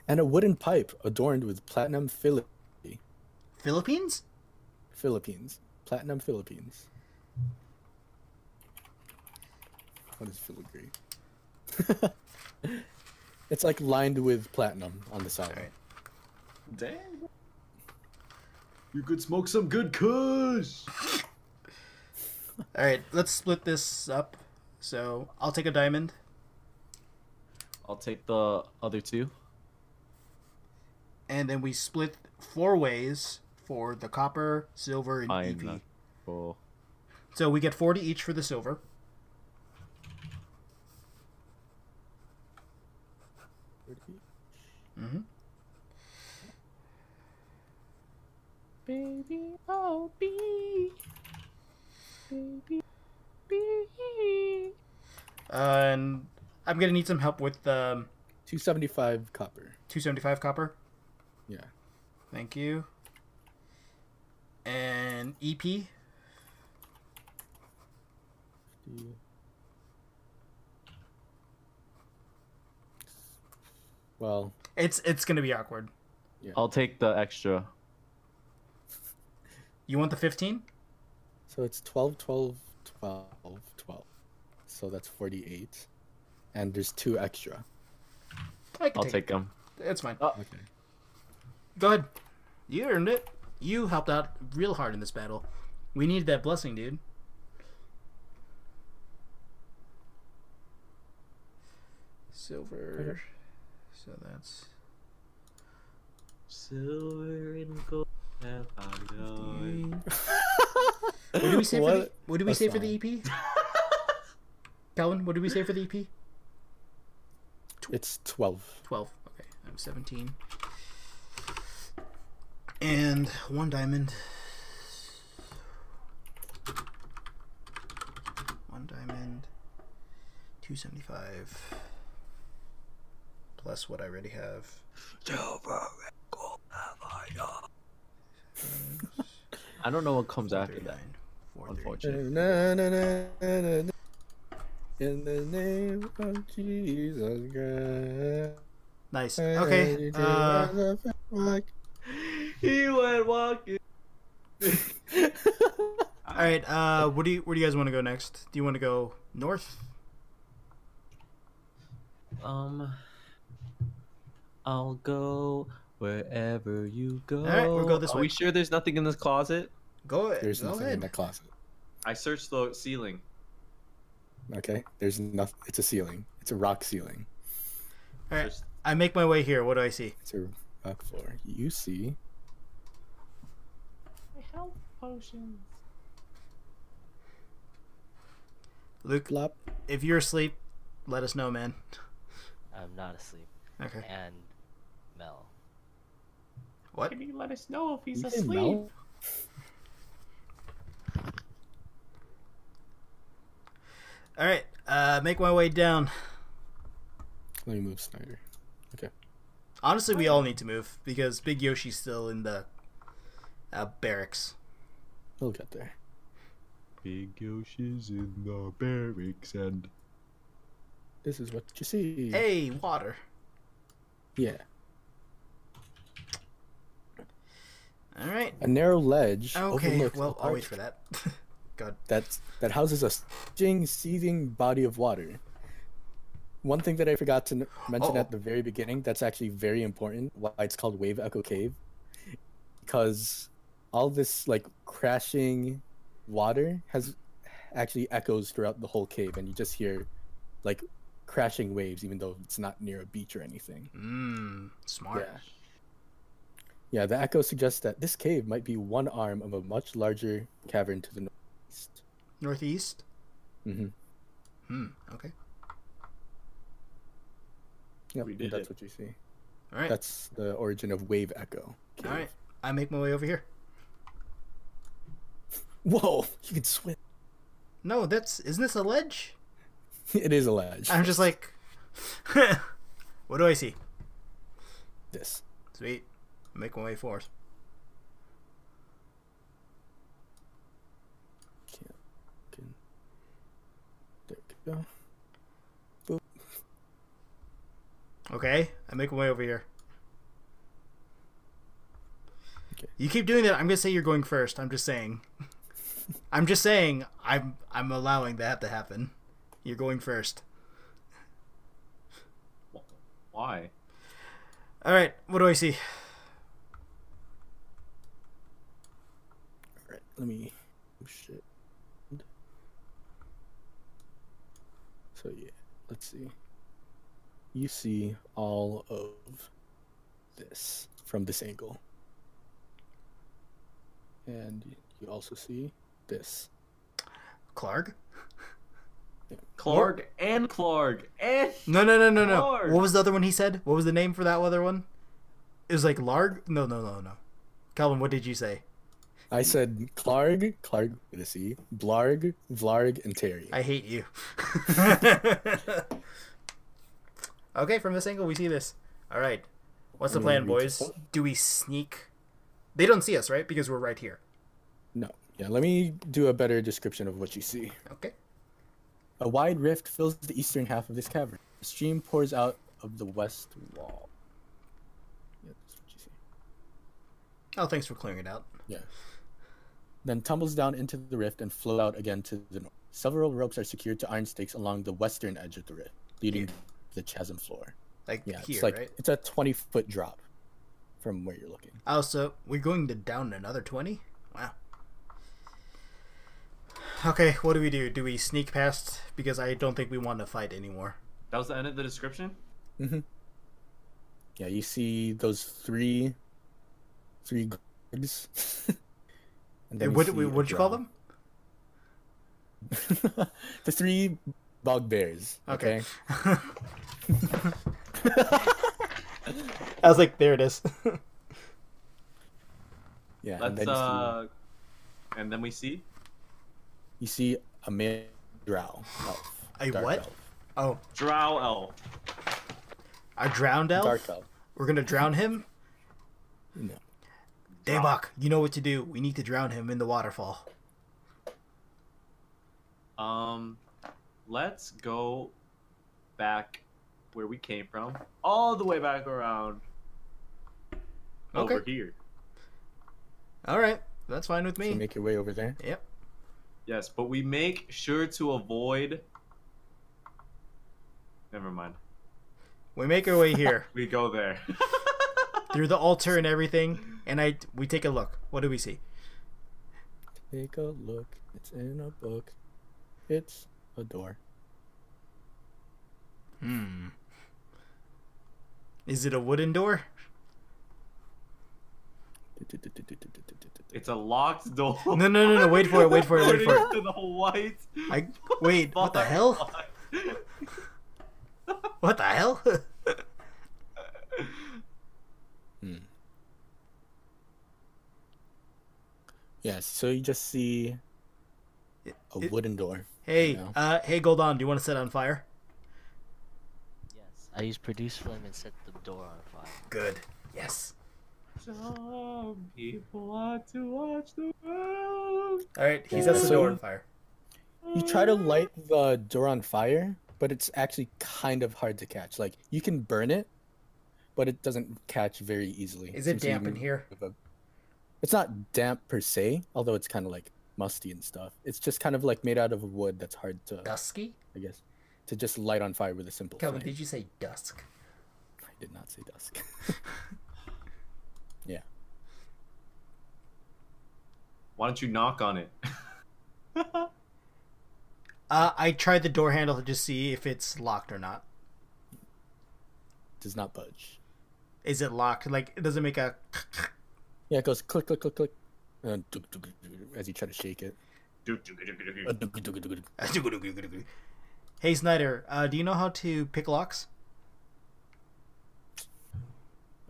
Speaker 2: And a wooden pipe adorned with platinum Philip
Speaker 3: Philippines?
Speaker 2: Philippines. Platinum Philippines. What is filigree? it's like lined with platinum on the side.
Speaker 3: Alright.
Speaker 4: Dang. You could smoke some good kush.
Speaker 3: All right, let's split this up. So I'll take a diamond.
Speaker 4: I'll take the other two.
Speaker 3: and then we split four ways for the copper, silver, and
Speaker 4: I'm
Speaker 3: EP.
Speaker 4: not- Oh.
Speaker 3: So we get forty each for the silver. Mm-hmm.
Speaker 4: Baby, oh, bee. Baby, bee.
Speaker 3: and I'm gonna need some help with um,
Speaker 2: 275 copper.
Speaker 3: two seventy five copper.
Speaker 2: Yeah.
Speaker 3: Thank you. And E EP.
Speaker 2: Well,
Speaker 3: It's it's gonna be awkward.
Speaker 4: I'll take the extra.
Speaker 3: You want the fifteen?
Speaker 2: so it's 12, 12, 12, 12. So that's 48. And there's two extra.
Speaker 3: I can
Speaker 4: I'll take Uh, them.
Speaker 3: it. It's fine.
Speaker 2: Okay.
Speaker 3: Go ahead. You earned it. You helped out real hard in this battle. We needed that blessing, dude. Silver. So that's
Speaker 4: Silver and gold have I known.
Speaker 3: what E. do we say for the
Speaker 2: What?
Speaker 3: what do we
Speaker 2: That's
Speaker 3: say for the EP? Calvin, what did we say for the E EP?
Speaker 2: It's 12.
Speaker 3: Twelve. Okay, I'm seventeen. And one diamond. One diamond. Two seventy five. Plus what I already have.
Speaker 4: I don't know what comes after that.
Speaker 3: 39, 430.
Speaker 4: Unfortunately.
Speaker 2: Na, na, na, na, na, na. In the name of Jesus Christ.
Speaker 3: Nice. Okay. Uh,
Speaker 4: He went walking.
Speaker 3: all right. Uh, what do you where do you guys want to go next? Do you want to go north?
Speaker 5: Um,
Speaker 4: I'll go wherever you go.
Speaker 3: right, we'll go this
Speaker 4: Are
Speaker 3: way.
Speaker 4: we sure there's nothing in this closet?
Speaker 3: Go,
Speaker 2: There's
Speaker 3: go
Speaker 2: nothing in
Speaker 3: ahead.
Speaker 2: the closet.
Speaker 4: I searched the ceiling.
Speaker 2: Okay. There's nothing. It's a ceiling. It's a rock ceiling.
Speaker 3: All right.
Speaker 4: There's-
Speaker 3: I make my way here. What do I see?
Speaker 2: It's a rock floor. You see
Speaker 4: Health potions.
Speaker 3: Luke,
Speaker 2: flop.
Speaker 3: if you're asleep, let us know, man.
Speaker 5: I'm not asleep.
Speaker 3: Okay.
Speaker 5: And Mel,
Speaker 3: What?
Speaker 4: Can you let us know if he's
Speaker 2: You didn't
Speaker 4: asleep?
Speaker 2: know?
Speaker 3: All right. Uh, make my way down.
Speaker 2: Let me move Snyder.
Speaker 3: Honestly, we all need to move because Big Yoshi's still in the uh, barracks.
Speaker 2: We'll get there.
Speaker 6: Big Yoshi's in the barracks and
Speaker 2: This is what you see.
Speaker 3: Hey, water.
Speaker 2: Yeah.
Speaker 3: All right.
Speaker 2: A narrow ledge.
Speaker 3: Okay.
Speaker 2: overlooks a
Speaker 3: Well, I'll wait
Speaker 2: large-
Speaker 3: for that. God.
Speaker 2: That's that houses a stinging, seething body of water. One thing that I forgot to n- mention
Speaker 3: Uh-oh.
Speaker 2: at the very beginning that's actually very important why it's called Wave Echo Cave because all this like crashing water has actually echoes throughout the whole cave and you just hear like crashing waves even though it's not near a beach or anything.
Speaker 3: Mmm. Smart.
Speaker 2: Yeah. Yeah, the echo suggests that this cave might be one arm of a much larger cavern to the northeast.
Speaker 3: Northeast.
Speaker 2: Mhm.
Speaker 3: Hmm. Okay.
Speaker 2: Yep,
Speaker 4: We did
Speaker 2: that's
Speaker 4: it.
Speaker 2: what you see.
Speaker 3: All right.
Speaker 2: That's the origin of wave echo.
Speaker 3: All right. I make my way over here.
Speaker 2: Whoa, you can swim.
Speaker 3: No, that's isn't this a ledge?
Speaker 2: It is a ledge.
Speaker 3: I'm just like, what do I see?
Speaker 2: this.
Speaker 3: Sweet. Make my way forward.
Speaker 2: Can't. Can. There we go.
Speaker 3: Okay, I make my way over here.
Speaker 2: Okay.
Speaker 3: You keep doing that. I'm gonna say you're going first. I'm just saying. I'm just saying. I'm I'm allowing that to happen. You're going first.
Speaker 4: Why?
Speaker 3: All right. What do I see?
Speaker 2: All right, let me. Oh shit. So yeah, let's see. You see all of this from this angle, and you also see this.
Speaker 3: Clark?
Speaker 4: Clark and Clark and
Speaker 3: No, no, no, no, no.
Speaker 4: Clark.
Speaker 3: What was the other one he said? What was the name for that other one? It was like Larg. No, no, no, no. Calvin, what did you say?
Speaker 2: I said Clarg, Clarg with a C, Blarg, Vlarg, and Terry.
Speaker 3: I hate you. okay, from this angle, we see this. All right. What's the
Speaker 2: Ooh,
Speaker 3: plan,
Speaker 2: we
Speaker 3: boys?
Speaker 2: just-
Speaker 3: Do we sneak? They don't see us, right? Because we're right here.
Speaker 2: No. Yeah, let me do a better description of what you see.
Speaker 3: Okay.
Speaker 2: A wide rift fills the eastern half of this cavern. A stream pours out of the west wall. Yeah, that's what you see.
Speaker 3: Oh, thanks for clearing it out.
Speaker 2: Then tumbles down into the rift and flow out again to the north. Several ropes are secured to iron stakes along the western edge of the rift, leading to the chasm floor.
Speaker 3: Like
Speaker 2: Yeah,
Speaker 3: here,
Speaker 2: it's like
Speaker 3: right?
Speaker 2: it's a twenty foot drop from where you're looking.
Speaker 3: Oh, so we're going to down another 20? Wow. Okay, what do we do? Do we sneak past? Because I don't think we want to fight anymore.
Speaker 4: That was the end of the description.
Speaker 2: Yeah, you see those three, three guards. and
Speaker 3: Hey,
Speaker 2: you
Speaker 3: Eh, what
Speaker 2: see a
Speaker 3: what would you call
Speaker 2: drow.
Speaker 3: them?
Speaker 2: the three bog bears.
Speaker 3: Okay. I was like, there it is.
Speaker 2: Yeah. and
Speaker 4: Let's
Speaker 2: then you see-
Speaker 4: uh, and then we see.
Speaker 2: you, see, a male drow. Elf,
Speaker 3: A
Speaker 2: dark
Speaker 3: what?
Speaker 2: Elf,
Speaker 3: oh,
Speaker 4: Drow elf.
Speaker 3: a drowned elf?
Speaker 2: dark elf.
Speaker 3: We're gonna drown him?
Speaker 2: No.
Speaker 3: Daybok, you know what to do. We need to drown him in the waterfall.
Speaker 4: Um, let's go back where we came from, all the way back around
Speaker 3: Okay.
Speaker 4: over here.
Speaker 3: All right, that's fine with
Speaker 2: You
Speaker 3: me.
Speaker 2: make your way over there.
Speaker 3: Yep.
Speaker 4: Yes, but we make sure to avoid. Never mind.
Speaker 3: We make our way here
Speaker 4: We go there.
Speaker 3: through the altar and everything, and I we take a look. What do we see?
Speaker 2: Take a look. It's in a book. It's a door.
Speaker 3: Hmm. Is it a wooden door?
Speaker 4: it's a locked door.
Speaker 3: No, no, no, no. Wait for it. Wait for it. Wait for it.
Speaker 4: To the white.
Speaker 3: I wait. What the hell? What the hell?
Speaker 2: Yes. So you just see a
Speaker 3: It-
Speaker 2: wooden door.
Speaker 3: hey,
Speaker 2: No.
Speaker 3: uh, hey, Goldon, do you want to set on fire?
Speaker 5: Yes. I use produce flame and set the door on fire.
Speaker 3: Good. Yes.
Speaker 4: Some people want to watch the world.
Speaker 3: All right. He
Speaker 2: Yeah,
Speaker 3: sets the
Speaker 2: so-
Speaker 3: door on fire.
Speaker 2: You try to light the door on fire, but it's actually kind of hard to catch. Like you can burn it, but it doesn't catch very easily.
Speaker 3: Is it
Speaker 2: Seems to
Speaker 3: damp in
Speaker 2: be
Speaker 3: here?
Speaker 2: of a- It's not damp per se, although it's kind of like musty and stuff. It's just kind of like made out of wood that's hard to,
Speaker 3: Dusky?
Speaker 2: I guess, to just light on fire with a simple.
Speaker 3: Kelvin,
Speaker 2: flame.
Speaker 3: did you say dusk?
Speaker 2: I did not say dusk. yeah.
Speaker 4: Why don't you knock on it?
Speaker 3: Uh, I tried the door handle to just see if it's locked or not.
Speaker 2: does not budge.
Speaker 3: Is it locked? Like, it doesn't make a.
Speaker 2: Yeah, it goes click, click, click, click, and then dug, dug, dug, as you try to shake it. Uh, dug, dug, dug, dug.
Speaker 3: hey Snyder, uh, do you know how to pick locks?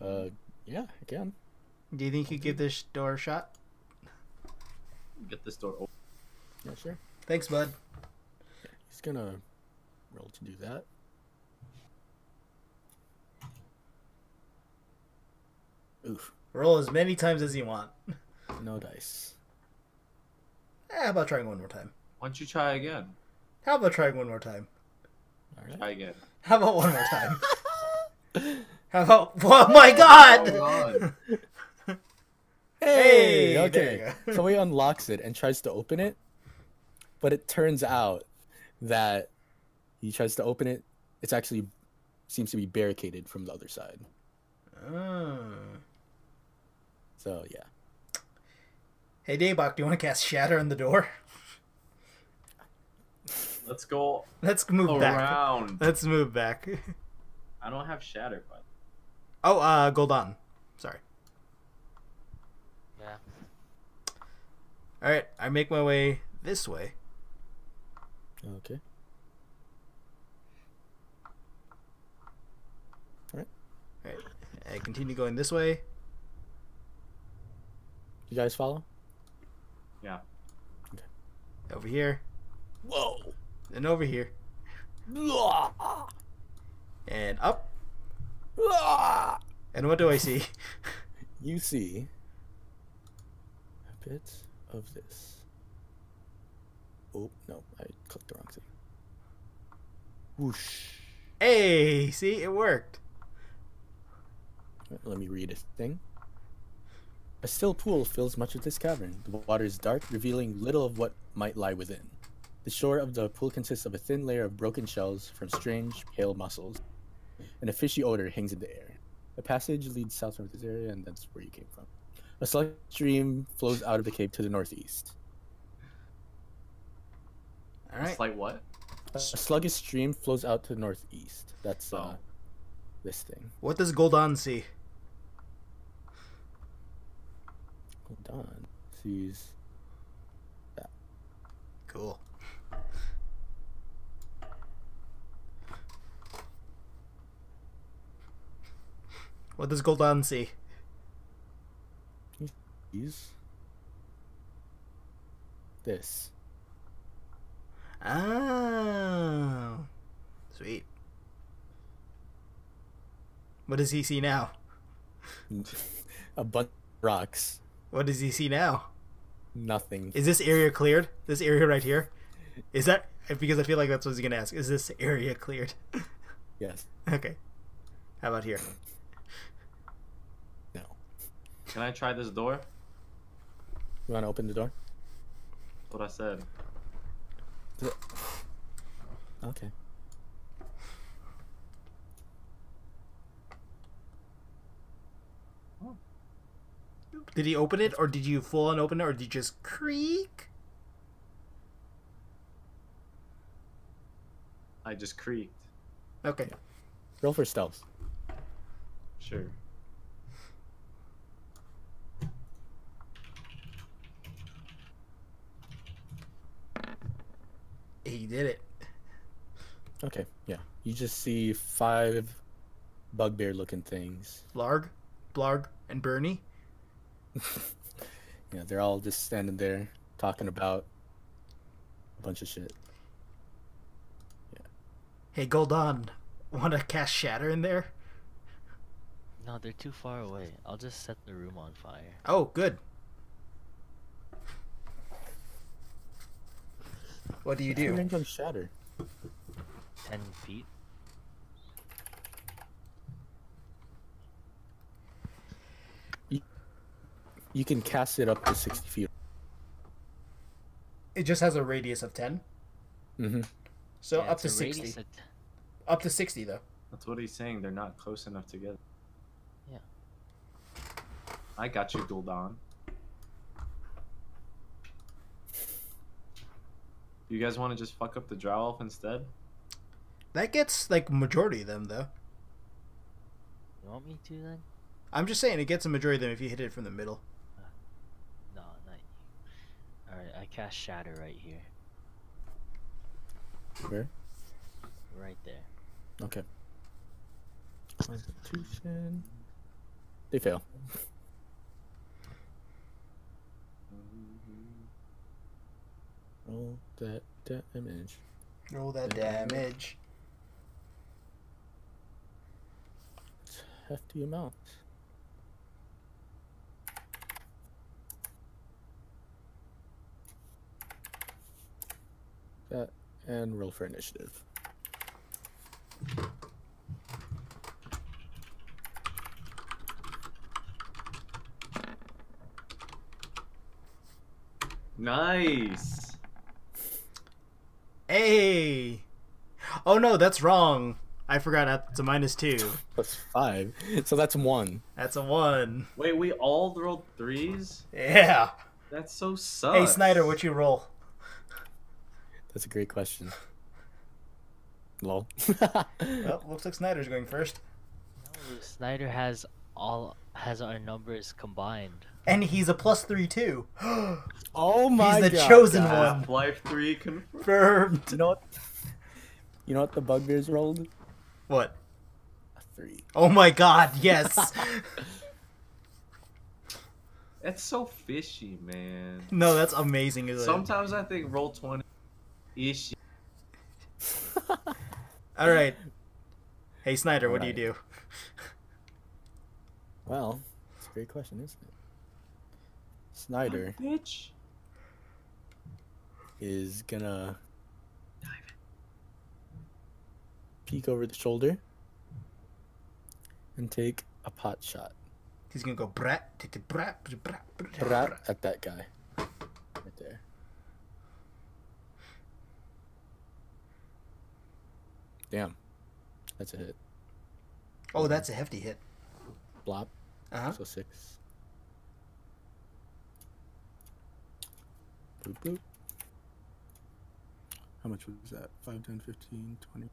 Speaker 2: Uh, yeah, again.
Speaker 3: Do you think you give this door a shot?
Speaker 4: Get this door open.
Speaker 2: Yeah, sure.
Speaker 3: Thanks, bud.
Speaker 2: He's gonna roll to do that. Oof,
Speaker 3: Roll as many times as you want.
Speaker 2: no dice.
Speaker 3: Eh, how about trying one more time?
Speaker 4: Why don't you try again?
Speaker 3: How about trying one more time?
Speaker 2: All right.
Speaker 4: Try again.
Speaker 3: How about one more time? How about? Oh my God!
Speaker 4: Hold on.
Speaker 3: Hey, there
Speaker 2: Okay.
Speaker 3: you go.
Speaker 2: so he unlocks it and tries to open it, but it turns out that he tries to open it. It's actually seems to be barricaded from the other side.
Speaker 3: Mm.
Speaker 2: So yeah.
Speaker 3: Hey, Daybok, do you want to cast Shatter on the door?
Speaker 4: Let's go
Speaker 3: Let's move back.
Speaker 4: around.
Speaker 3: Let's move back.
Speaker 4: I don't have shatter, but
Speaker 3: Oh, uh, Goldan. Sorry.
Speaker 5: Yeah.
Speaker 3: All right, I make my way this way.
Speaker 2: Okay.
Speaker 3: All right, I continue going this way.
Speaker 2: You guys follow?
Speaker 4: yeah.
Speaker 3: over here,
Speaker 2: Whoa!
Speaker 3: and over here, and up. Ah! And what do I see?
Speaker 2: You see a bit of this. Oh no, I clicked the wrong thing. Whoosh.
Speaker 3: hey, see, it worked.
Speaker 2: Let me read a thing. A still pool fills much of this cavern. The water is dark, revealing little of what might lie within. The shore of the pool consists of a thin layer of broken shells from strange, pale mussels, and a fishy odor hangs in the air. A passage leads south from this area, and that's where you came from. A sluggish stream flows out of the cave to the northeast.
Speaker 3: All right.
Speaker 4: It's like what?
Speaker 2: A sluggish stream flows out to the northeast. That's uh,
Speaker 4: Oh.
Speaker 2: this thing.
Speaker 3: What does Goldan see?
Speaker 2: Hold on. Sees
Speaker 3: Cool. What does Goldan see?
Speaker 2: sees this.
Speaker 3: Oh, sweet. What does he see now?
Speaker 2: a bunch of rocks.
Speaker 3: What does he see now?
Speaker 2: Nothing.
Speaker 3: Is this area cleared? This area right here? Is that because I feel like that's what he's gonna ask. Is this area cleared?
Speaker 2: yes.
Speaker 3: okay. How about here?
Speaker 2: No.
Speaker 4: Can I try this door?
Speaker 2: You want to open the door?
Speaker 4: That's what I said.
Speaker 2: Okay.
Speaker 3: Did he open it or did you full on open it or did you just creak?
Speaker 4: I just creaked.
Speaker 3: Okay.
Speaker 2: Roll for stealth.
Speaker 4: Sure.
Speaker 3: He did it.
Speaker 2: Okay. Yeah. You just see five bugbear-looking things.
Speaker 3: Larg, Blarg, and Bernie.
Speaker 2: Yeah, they're all just standing there talking about a bunch of shit.
Speaker 3: Hey Goldon, wanna cast shatter in there?
Speaker 5: No, they're too far away. I'll just set the room on fire.
Speaker 3: Oh, good. What do you
Speaker 2: How
Speaker 3: do?
Speaker 2: did I shatter?
Speaker 5: ten feet.
Speaker 2: You can cast it up to 60 feet.
Speaker 3: It just has a radius of 10.
Speaker 2: Mm-hmm.
Speaker 3: So
Speaker 5: Yeah,
Speaker 3: up
Speaker 5: it's
Speaker 3: to
Speaker 5: a
Speaker 3: 60.
Speaker 5: radius of t-
Speaker 3: Up to 60, though.
Speaker 4: That's what he's saying. They're not close enough together.
Speaker 5: Yeah.
Speaker 4: I got you, Gul'dan. You guys want to just fuck up the Drow Elf instead?
Speaker 3: That gets, like, majority of them, though.
Speaker 5: you want me to then?
Speaker 3: I'm just saying it gets a majority of them if you hit it from the middle.
Speaker 5: No, not you. Alright, I cast Shatter right here.
Speaker 2: Where?
Speaker 5: Right there.
Speaker 2: Okay. Constitution. They fail.
Speaker 3: Mm-hmm.
Speaker 2: Roll that damage.
Speaker 3: Roll that
Speaker 2: Yeah.
Speaker 3: damage.
Speaker 2: It's hefty amount. That and roll for initiative.
Speaker 4: Nice.
Speaker 3: Hey! Oh no, that's wrong. I forgot that- it's a minus two.
Speaker 2: Plus five, so that's one.
Speaker 3: That's a one.
Speaker 4: Wait, we all rolled threes.
Speaker 3: Yeah.
Speaker 4: That's so sucks.
Speaker 3: Hey Snyder, what you roll?
Speaker 2: That's a great question. Lol.
Speaker 3: Well, Oh, looks like Snyder's going first.
Speaker 5: No, Snyder has all has our numbers combined.
Speaker 3: And he's a plus three too.
Speaker 2: oh
Speaker 3: he's the chosen one.
Speaker 4: Half Life Three confirmed.
Speaker 3: Confirmed.
Speaker 2: You know what? You know what the bugbears rolled?
Speaker 3: What?
Speaker 2: A three.
Speaker 3: Oh my god, yes.
Speaker 4: That's so fishy, man.
Speaker 3: no, that's amazing. isn't it?
Speaker 4: Sometimes I think roll twenty ish.
Speaker 3: All right. Hey Snyder, what do you do?
Speaker 2: Well, it's a great question, isn't it? Snyder
Speaker 4: Bitch.
Speaker 2: is gonna peek over the shoulder and take a pot shot
Speaker 3: He's gonna go brat, titty, brat, brat, brat, brat,
Speaker 2: Right
Speaker 3: brat.
Speaker 2: at that guy, right there. Damn, that's a hit.
Speaker 3: Oh, that's a hefty hit.
Speaker 2: Blop.
Speaker 3: Uh huh.
Speaker 2: So six. Boop boop. How much was that? 5, 10, 15, 20.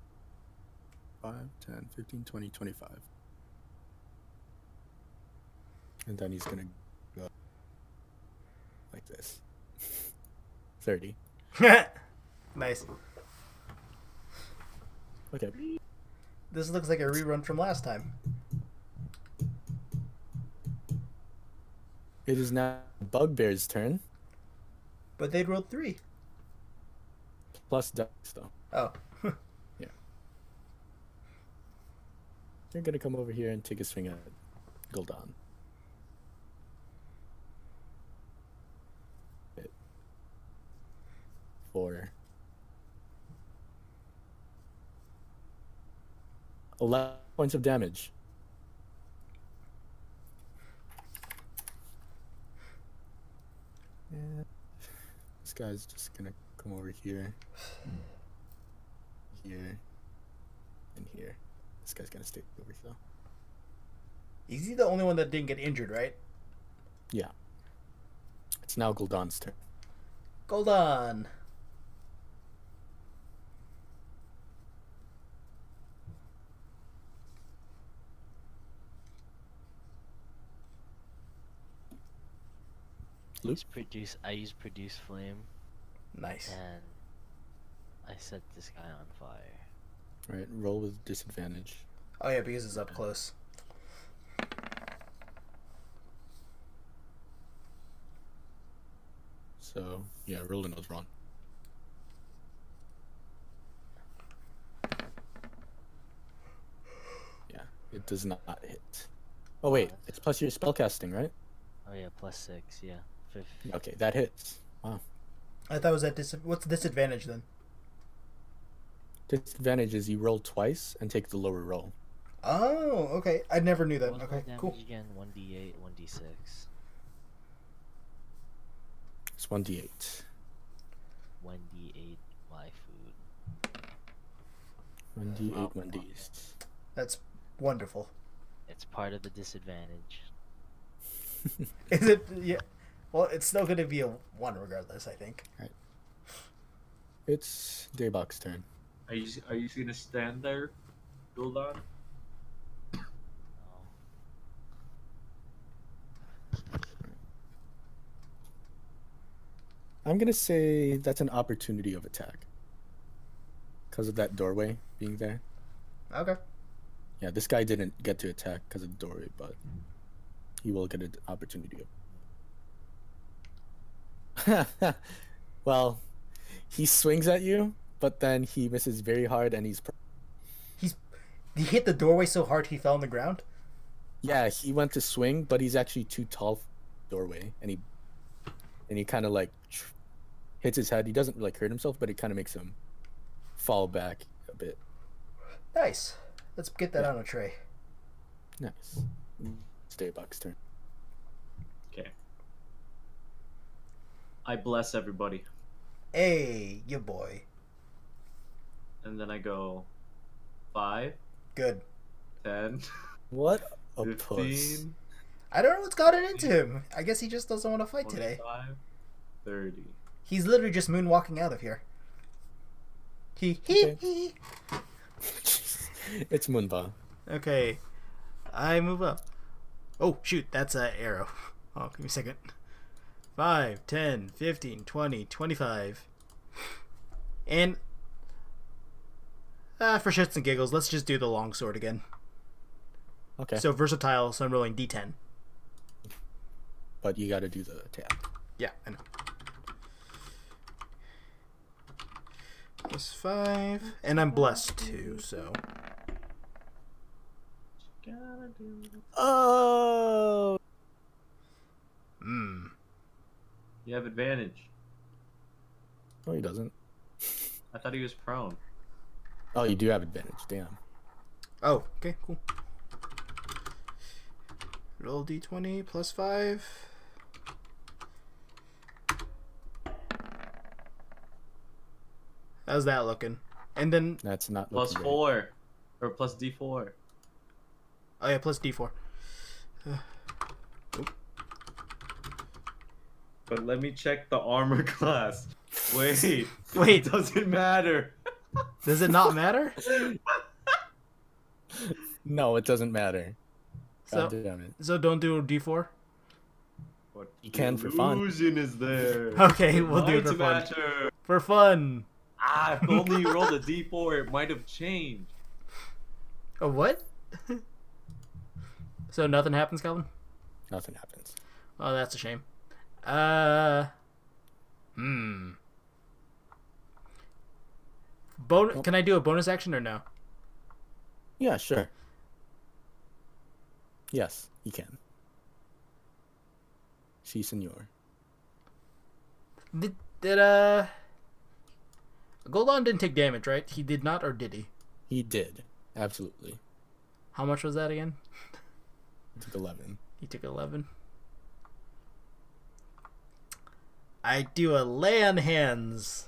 Speaker 2: 5, 10, 15, 20, 25. And then he's gonna go like this 30.
Speaker 3: nice.
Speaker 2: Okay.
Speaker 3: This looks like a rerun from last time.
Speaker 2: It is now Bugbear's turn.
Speaker 3: But they rolled three.
Speaker 2: Plus ducks, though.
Speaker 3: Oh.
Speaker 2: They're gonna come over here and take a swing at Gul'dan. Hit. Four. Eleven points of damage. Yeah. This guy's just gonna come over here, here, and here. This guy's gonna stick over here. though.
Speaker 3: Is he the only one that didn't get injured, right?
Speaker 2: It's now Gul'dan's turn.
Speaker 3: Goldan.
Speaker 5: I
Speaker 2: Luke?
Speaker 5: use produce I use produce flame
Speaker 3: Nice.
Speaker 5: and I set this guy on fire.
Speaker 2: All right, roll with disadvantage.
Speaker 3: Oh yeah, because it's up close.
Speaker 2: So yeah, rolling was wrong. Yeah, it does not hit. Oh wait, it's plus your spellcasting, right?
Speaker 5: Oh yeah, plus six, yeah. Fif-
Speaker 2: Okay, that hits.
Speaker 3: I thought it was at dis- what's disadvantage then?
Speaker 2: Disadvantage is you roll twice and take the lower roll.
Speaker 3: Oh, okay. I never knew that.
Speaker 5: What was my
Speaker 3: Okay,
Speaker 5: damage
Speaker 3: cool.
Speaker 5: Again, one d eight, one d six,
Speaker 2: It's 1d8.
Speaker 5: one d eight. My food.
Speaker 2: 1d8,
Speaker 5: Wow.
Speaker 2: 1d8.
Speaker 3: That's wonderful.
Speaker 5: It's part of the disadvantage.
Speaker 3: Is it? Yeah. Well, it's still going to be a one regardless, I think.
Speaker 2: It's Daybok's turn.
Speaker 4: Are you are you just gonna stand there, Gul'dan?
Speaker 5: Oh,
Speaker 2: I'm gonna say that's an opportunity of attack because of that doorway being there.
Speaker 3: Okay.
Speaker 2: Yeah, this guy didn't get to attack because of the doorway, but he will get an opportunity. of- well, he swings at you, but then he misses very hard, and he's pr-
Speaker 3: He hit the doorway so hard he fell on the ground.
Speaker 2: yeah, he went to swing, but he's actually too tall for the doorway, and he and he kind of like tr- hits his head. He doesn't like hurt himself, but it kind of makes him fall back a bit.
Speaker 3: Nice. Let's get that on a tray.
Speaker 2: Nice. It's Daybok's turn.
Speaker 4: Okay. I bless everybody,
Speaker 3: Hey, you boy.
Speaker 4: and then I go five,
Speaker 3: Good.
Speaker 4: ten,
Speaker 2: What a puss.
Speaker 4: fifteen,
Speaker 3: I don't know what's gotten into him. I guess he just doesn't want to fight today.
Speaker 4: 25, 30.
Speaker 3: He's literally just moonwalking out of here. He he
Speaker 2: Okay.
Speaker 3: he.
Speaker 2: it's Moonba.
Speaker 3: Okay, I move up. Oh shoot, that's a arrow. Oh, give me a second. 5, 10, 15, 20, 25. And ah, for shits and giggles, let's just do the longsword again.
Speaker 2: Okay.
Speaker 3: So versatile, so I'm rolling d10.
Speaker 2: but you got to do the attack.
Speaker 3: Yeah, I know. Plus five, and I'm blessed too. So
Speaker 4: Gotta do it.
Speaker 2: Oh.
Speaker 3: mm.
Speaker 4: You have advantage.
Speaker 2: No, he doesn't.
Speaker 4: I thought he was prone.
Speaker 2: Oh, you do have advantage. Damn.
Speaker 3: Oh, okay, cool. Roll d20 plus five. How's that looking? And then
Speaker 2: That's not
Speaker 4: Plus
Speaker 2: looking great.
Speaker 4: four, or plus D four.
Speaker 3: oh yeah, plus d4.
Speaker 4: But let me check the armor class. Wait,
Speaker 3: Wait.
Speaker 4: it doesn't matter.
Speaker 3: Does it not matter?
Speaker 2: No, it doesn't matter.
Speaker 3: so
Speaker 2: God damn it.
Speaker 3: so don't do d4.
Speaker 4: What
Speaker 2: You can for fun.
Speaker 4: Illusion is there.
Speaker 3: Okay, we'll do it
Speaker 4: Might
Speaker 3: for fun.
Speaker 4: matter.
Speaker 3: For fun.
Speaker 4: Ah, if only you rolled a D four, it might have changed.
Speaker 3: A what? so nothing happens, Calvin?
Speaker 2: Nothing happens.
Speaker 3: Oh, that's a shame. Uh. Hmm. Bon- Can I do a bonus action or no?
Speaker 2: Yeah, sure. Yes, you can. Si, senor.
Speaker 3: Did, did uh. Goldon didn't take damage, right? He did not, or did he?
Speaker 2: He did. Absolutely.
Speaker 3: How much was that again?
Speaker 2: He took 11.
Speaker 3: He took 11. I do a lay on hands.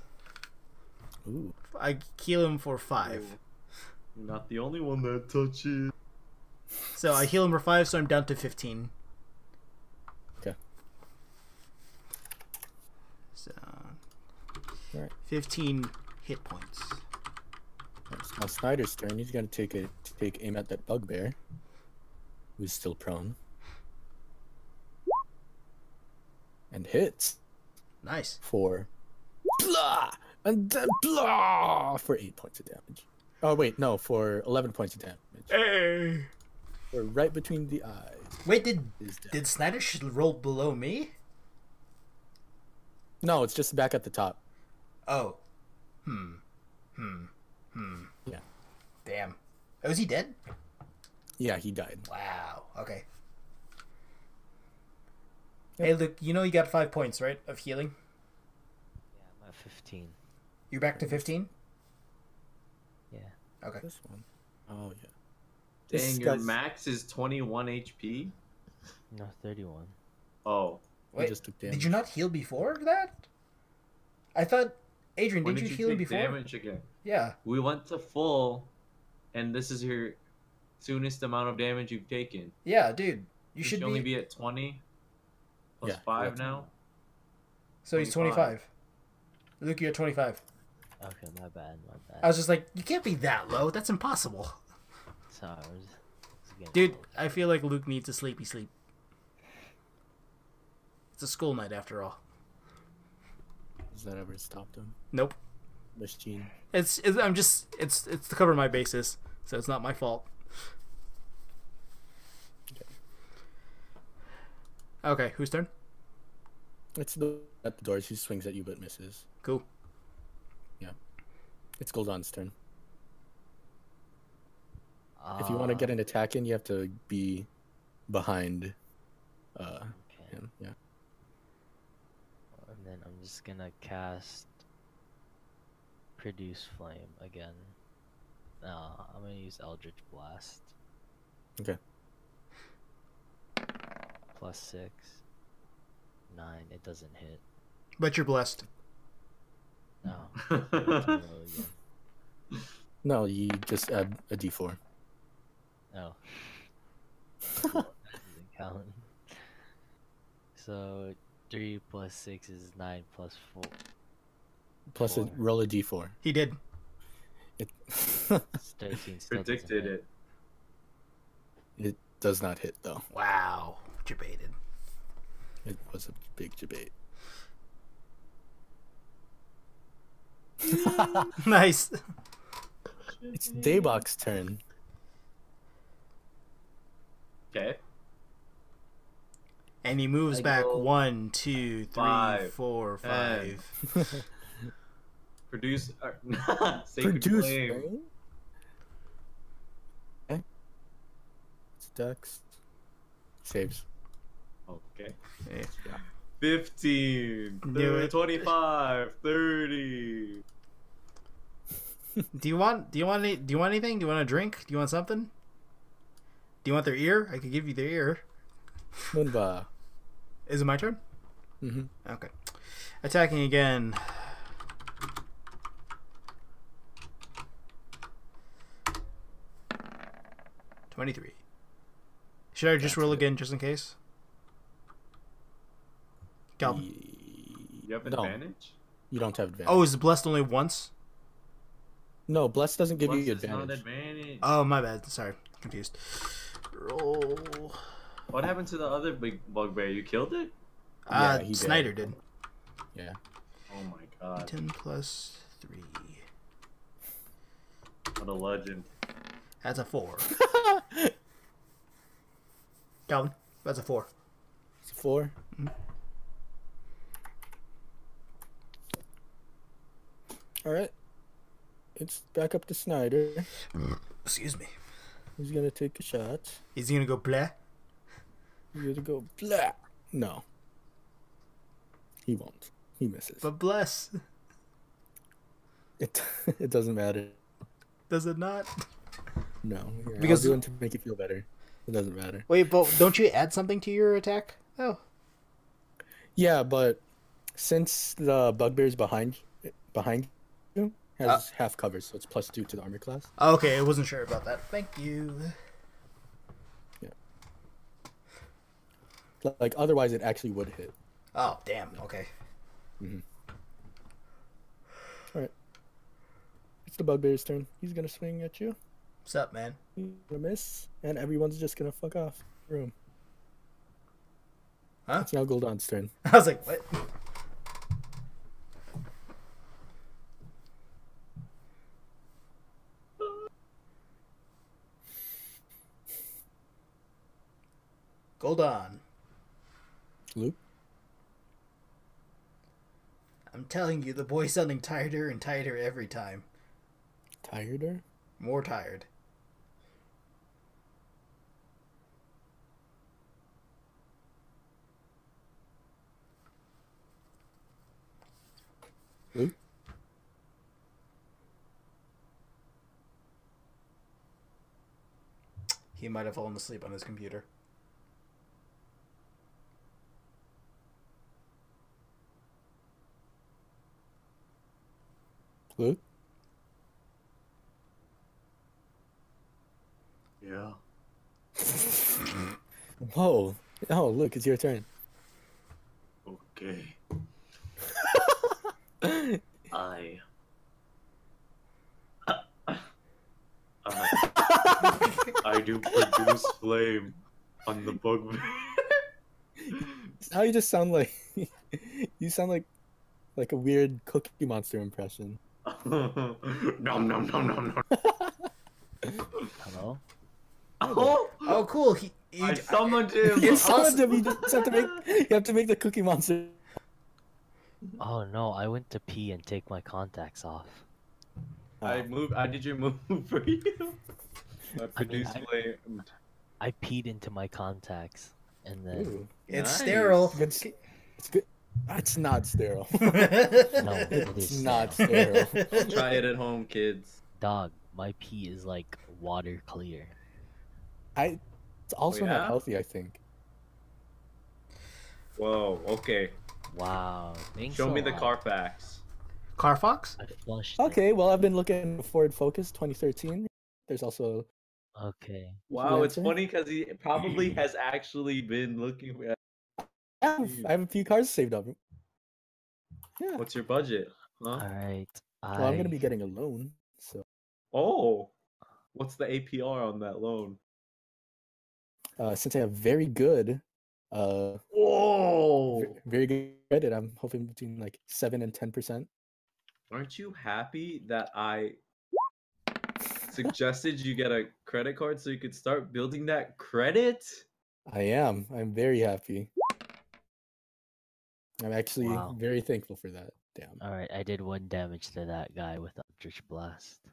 Speaker 2: Ooh.
Speaker 3: I heal him for 5.
Speaker 4: You're not the only one that touches.
Speaker 3: So I heal him for 5, so I'm down to 15.
Speaker 2: Okay.
Speaker 3: So.
Speaker 2: Alright.
Speaker 3: 15 hit points.
Speaker 2: It's now Snyder's turn. He's gonna take a take aim at that bugbear, who's still prone, and hits
Speaker 3: Nice.
Speaker 2: for blah and then blah for eight points of damage. Oh wait, no, for eleven points of damage.
Speaker 3: Hey!
Speaker 2: Or right between the eyes
Speaker 3: Wait, did
Speaker 2: is dead.
Speaker 3: did Snyder sh- roll below me?
Speaker 2: No, it's just back at the top.
Speaker 3: Oh. Hmm. Hmm. Hmm.
Speaker 2: Yeah.
Speaker 3: Damn. Oh, is he dead?
Speaker 2: Yeah, he died.
Speaker 3: Wow. Okay. Hey, Luke, you know you got five points, right, of healing?
Speaker 5: Yeah, I'm at fifteen.
Speaker 2: Mm-hmm.
Speaker 3: You're back to 15? Okay.
Speaker 2: This one. Oh yeah.
Speaker 4: Dang, your
Speaker 2: Disgust-
Speaker 4: max is 21 HP?
Speaker 5: No, 31.
Speaker 4: Oh.
Speaker 2: I
Speaker 3: Wait,
Speaker 2: just took
Speaker 3: Did you
Speaker 2: damage.
Speaker 3: not heal before that? I thought, Adrian,
Speaker 4: when
Speaker 3: did you, heal
Speaker 4: take
Speaker 3: before?
Speaker 4: damage again?
Speaker 3: Yeah.
Speaker 4: We went to full, and this is your soonest amount of damage you've taken.
Speaker 3: Yeah, dude. You should
Speaker 4: only
Speaker 3: be,
Speaker 4: be... at 20 plus
Speaker 2: Yeah,
Speaker 4: 5
Speaker 2: that's-
Speaker 4: now.
Speaker 3: So he's 25.
Speaker 4: 25.
Speaker 3: Luke, you're 25.
Speaker 5: Okay, my bad, my bad.
Speaker 2: Uh,
Speaker 3: I was just like, you can't be that low. That's impossible.
Speaker 5: Sorry, I was, I was getting
Speaker 3: Dude,
Speaker 5: old.
Speaker 3: I feel like Luke needs a sleepy sleep. It's a school night after all.
Speaker 2: Has that ever stopped him?
Speaker 3: Nope.
Speaker 2: Machine.
Speaker 3: It's, it's I'm just it's it's to cover my bases, so it's not my fault. Okay, whose turn?
Speaker 2: It's the at the door. She swings at you but misses.
Speaker 3: Cool.
Speaker 2: It's Goldan's turn. if you want to get
Speaker 5: Ah,
Speaker 2: an attack in, you have to be behind uh,
Speaker 5: Ah, okay.
Speaker 2: him. Yeah.
Speaker 5: And then I'm just gonna cast Produce Flame again. Uh, I'm gonna use Eldritch Blast.
Speaker 2: Okay.
Speaker 5: Plus six. Nine. It doesn't hit.
Speaker 3: But you're blessed.
Speaker 5: No. Roll again.
Speaker 2: No, you just add a d4.
Speaker 5: No. That doesn't count. So three plus six is nine plus four.
Speaker 2: Plus, a,
Speaker 5: Four.
Speaker 2: roll a d4.
Speaker 3: He did.
Speaker 2: It
Speaker 5: It's Thirteen. still doesn't
Speaker 4: Predicted
Speaker 5: hit.
Speaker 4: it.
Speaker 2: it does not hit though.
Speaker 3: Wow. Debated.
Speaker 2: It was a big debate.
Speaker 3: nice.
Speaker 2: It's Daybok's turn.
Speaker 4: Okay.
Speaker 3: And he moves
Speaker 4: I
Speaker 3: back
Speaker 4: go
Speaker 3: one, two, three,
Speaker 4: five,
Speaker 3: four,
Speaker 4: ten.
Speaker 3: five.
Speaker 4: Produce. Uh, sacred
Speaker 2: Produce.
Speaker 4: flame.
Speaker 2: flame. Okay. It's Dex. Saves.
Speaker 4: Okay.
Speaker 3: Eh.
Speaker 4: 15,
Speaker 3: Do it.
Speaker 4: 25, 30.
Speaker 3: Do you want? Do you want? Any, do you want anything? Do you want a drink? Do you want something? Do you want their ear? I could give you their ear.
Speaker 2: Moonba.
Speaker 3: Is it my turn?
Speaker 2: hmm
Speaker 3: Okay. Attacking again. Twenty-three. Should I just
Speaker 2: That's
Speaker 3: roll
Speaker 2: it.
Speaker 3: again just in case? Goblin.
Speaker 4: You have
Speaker 2: No,
Speaker 4: advantage?
Speaker 2: you don't have advantage.
Speaker 3: Oh, is blessed only once?
Speaker 2: no, bless doesn't give
Speaker 4: Plus
Speaker 2: you
Speaker 4: it's not
Speaker 2: advantage.
Speaker 4: advantage.
Speaker 3: Oh, my bad. Sorry, confused. Roll.
Speaker 4: what happened to the other big bugbear? You killed it?
Speaker 3: Ah,
Speaker 2: Yeah, he did.
Speaker 3: Snyder did.
Speaker 2: Yeah.
Speaker 4: Oh my god.
Speaker 3: Ten plus three.
Speaker 4: What a legend.
Speaker 3: That's a four. Calvin, that's a four.
Speaker 2: It's a four.
Speaker 3: Mm-hmm.
Speaker 2: All right. It's back up to Snyder.
Speaker 3: Excuse me.
Speaker 2: He's gonna take a shot.
Speaker 3: Is he gonna go bleh?
Speaker 2: He's gonna go blah. No. He won't. He misses.
Speaker 3: But bless.
Speaker 2: It it doesn't matter.
Speaker 3: Does it not?
Speaker 2: No.
Speaker 3: Because-
Speaker 2: because doing to make you feel better. It doesn't matter.
Speaker 1: Wait, but don't you add something to your attack? Oh,
Speaker 2: Yeah, but since the bugbear's behind behind you has half cover, so it's plus two to the armor class.
Speaker 3: Okay, I wasn't sure about that. Thank you.
Speaker 2: Like otherwise, it actually would hit.
Speaker 3: Oh, damn. Okay.
Speaker 2: It's the bugbear's turn. He's gonna swing at you.
Speaker 3: What's up, man?
Speaker 2: He's gonna miss, and everyone's just gonna fuck off. Room.
Speaker 3: Huh?
Speaker 2: It's now Goldan's turn.
Speaker 3: I was like, what? Goldon,
Speaker 2: Luke.
Speaker 3: I'm telling you, the boy's sounding tireder and tireder every time.
Speaker 2: Tireder.
Speaker 3: More tired.
Speaker 2: Luke.
Speaker 3: He might have fallen asleep on his computer.
Speaker 2: Luke?
Speaker 4: Yeah.
Speaker 2: Whoa. Oh, Luke, it's your turn.
Speaker 4: Okay. I. I, I do produce flame on the bugbear.
Speaker 2: Now you just sound like you sound like like a weird Cookie Monster impression.
Speaker 4: nom nom nom nom nom.
Speaker 5: Hello?
Speaker 4: Oh,
Speaker 3: Oh, cool. He, you,
Speaker 4: I summoned him.
Speaker 2: You summoned him. You just have to make you have to make the Cookie Monster.
Speaker 5: Oh no, I went to pee and take my contacts off.
Speaker 4: I moved. I did your move for you. I produced
Speaker 5: I-
Speaker 4: flame.
Speaker 5: I peed into my contacts and then
Speaker 2: Ah, Ooh,
Speaker 3: it's
Speaker 4: Nice.
Speaker 3: sterile.
Speaker 2: it's, it's good. That's not sterile.
Speaker 5: no, it
Speaker 2: it's
Speaker 5: is
Speaker 2: not
Speaker 5: sterile.
Speaker 2: sterile.
Speaker 4: Try it at home, kids.
Speaker 5: dog. My pee is like water clear.
Speaker 2: I. It's also
Speaker 4: Oh, yeah?
Speaker 2: not healthy. I think.
Speaker 4: Whoa. Okay.
Speaker 5: Wow. Thanks
Speaker 4: Show
Speaker 5: a
Speaker 4: me the
Speaker 5: lot.
Speaker 4: Carfax.
Speaker 3: Carfox?
Speaker 5: I flushed. it.
Speaker 2: Okay. Well, I've been looking at Ford Focus 2013. There's also
Speaker 5: Okay.
Speaker 4: Wow, it's
Speaker 2: Influencer?
Speaker 4: funny because he probably has actually been looking at
Speaker 2: I have, I have a few cars saved up. Yeah.
Speaker 4: what's your budget, huh?
Speaker 5: All right. I...
Speaker 2: Well, I'm gonna be getting a loan, so
Speaker 4: Oh, what's the APR on that loan?
Speaker 2: uh, since I have very good, uh,
Speaker 4: Whoa!
Speaker 2: v- very good credit, I'm hoping between like seven and ten percent.
Speaker 4: Aren't you happy that I suggested you get a credit card so you could start building that credit?
Speaker 2: I am. I'm very happy. I'm actually
Speaker 5: Wow.
Speaker 2: very thankful for that. Damn.
Speaker 3: Uh
Speaker 5: All right. I did one damage to that guy with Eldritch Blast.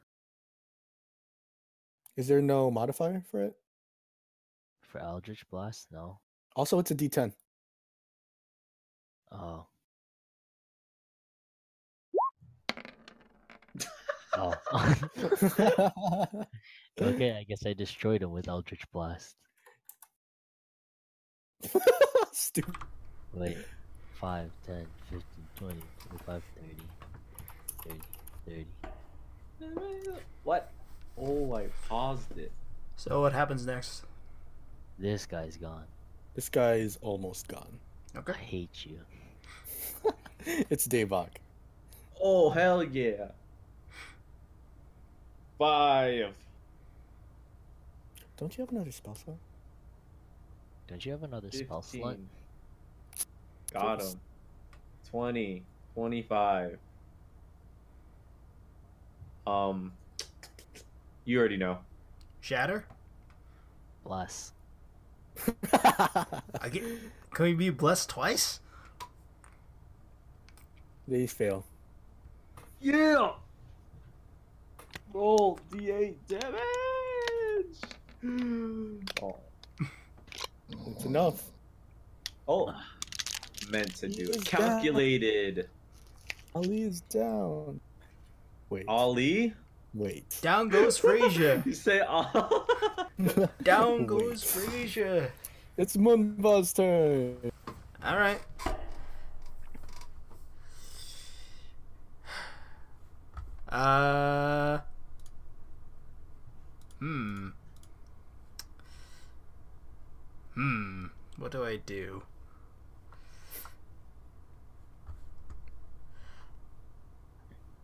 Speaker 2: Is there no modifier for it?
Speaker 5: For Eldritch Blast, no.
Speaker 2: Also, it's a D10.
Speaker 5: Oh. oh. okay. I guess I destroyed him with Eldritch Blast.
Speaker 2: Stupid.
Speaker 5: Wait. 5, 10, 15, 20, 25, 30, 30, 30.
Speaker 4: What? Oh, I paused it.
Speaker 3: So what happens next?
Speaker 5: This guy's gone.
Speaker 2: This guy is almost gone.
Speaker 5: I
Speaker 3: Okay.
Speaker 5: hate you.
Speaker 2: it's Davok.
Speaker 4: Oh, hell yeah. Five.
Speaker 2: Don't you have another spell slot?
Speaker 5: Don't you have another spell slot?
Speaker 4: 15. Got
Speaker 2: Oops.
Speaker 4: him. 20, 25. Um, you already know.
Speaker 3: Shatter?
Speaker 5: Bless.
Speaker 3: I get, can we be blessed twice?
Speaker 2: they fail.
Speaker 4: Yeah. Roll d8 damage. Oh,
Speaker 2: It's enough.
Speaker 4: oh. meant to
Speaker 2: He
Speaker 4: do it.
Speaker 2: is down.
Speaker 4: Calculated.
Speaker 2: Ali is down. Wait.
Speaker 4: Ali.
Speaker 2: Wait.
Speaker 3: Down goes Frisia.
Speaker 4: you say "Ah." Ali.
Speaker 3: Down
Speaker 2: Wait.
Speaker 3: goes Frisia.
Speaker 2: It's Munba's turn.
Speaker 3: All right. Uh. Hmm. Hmm. What do I do?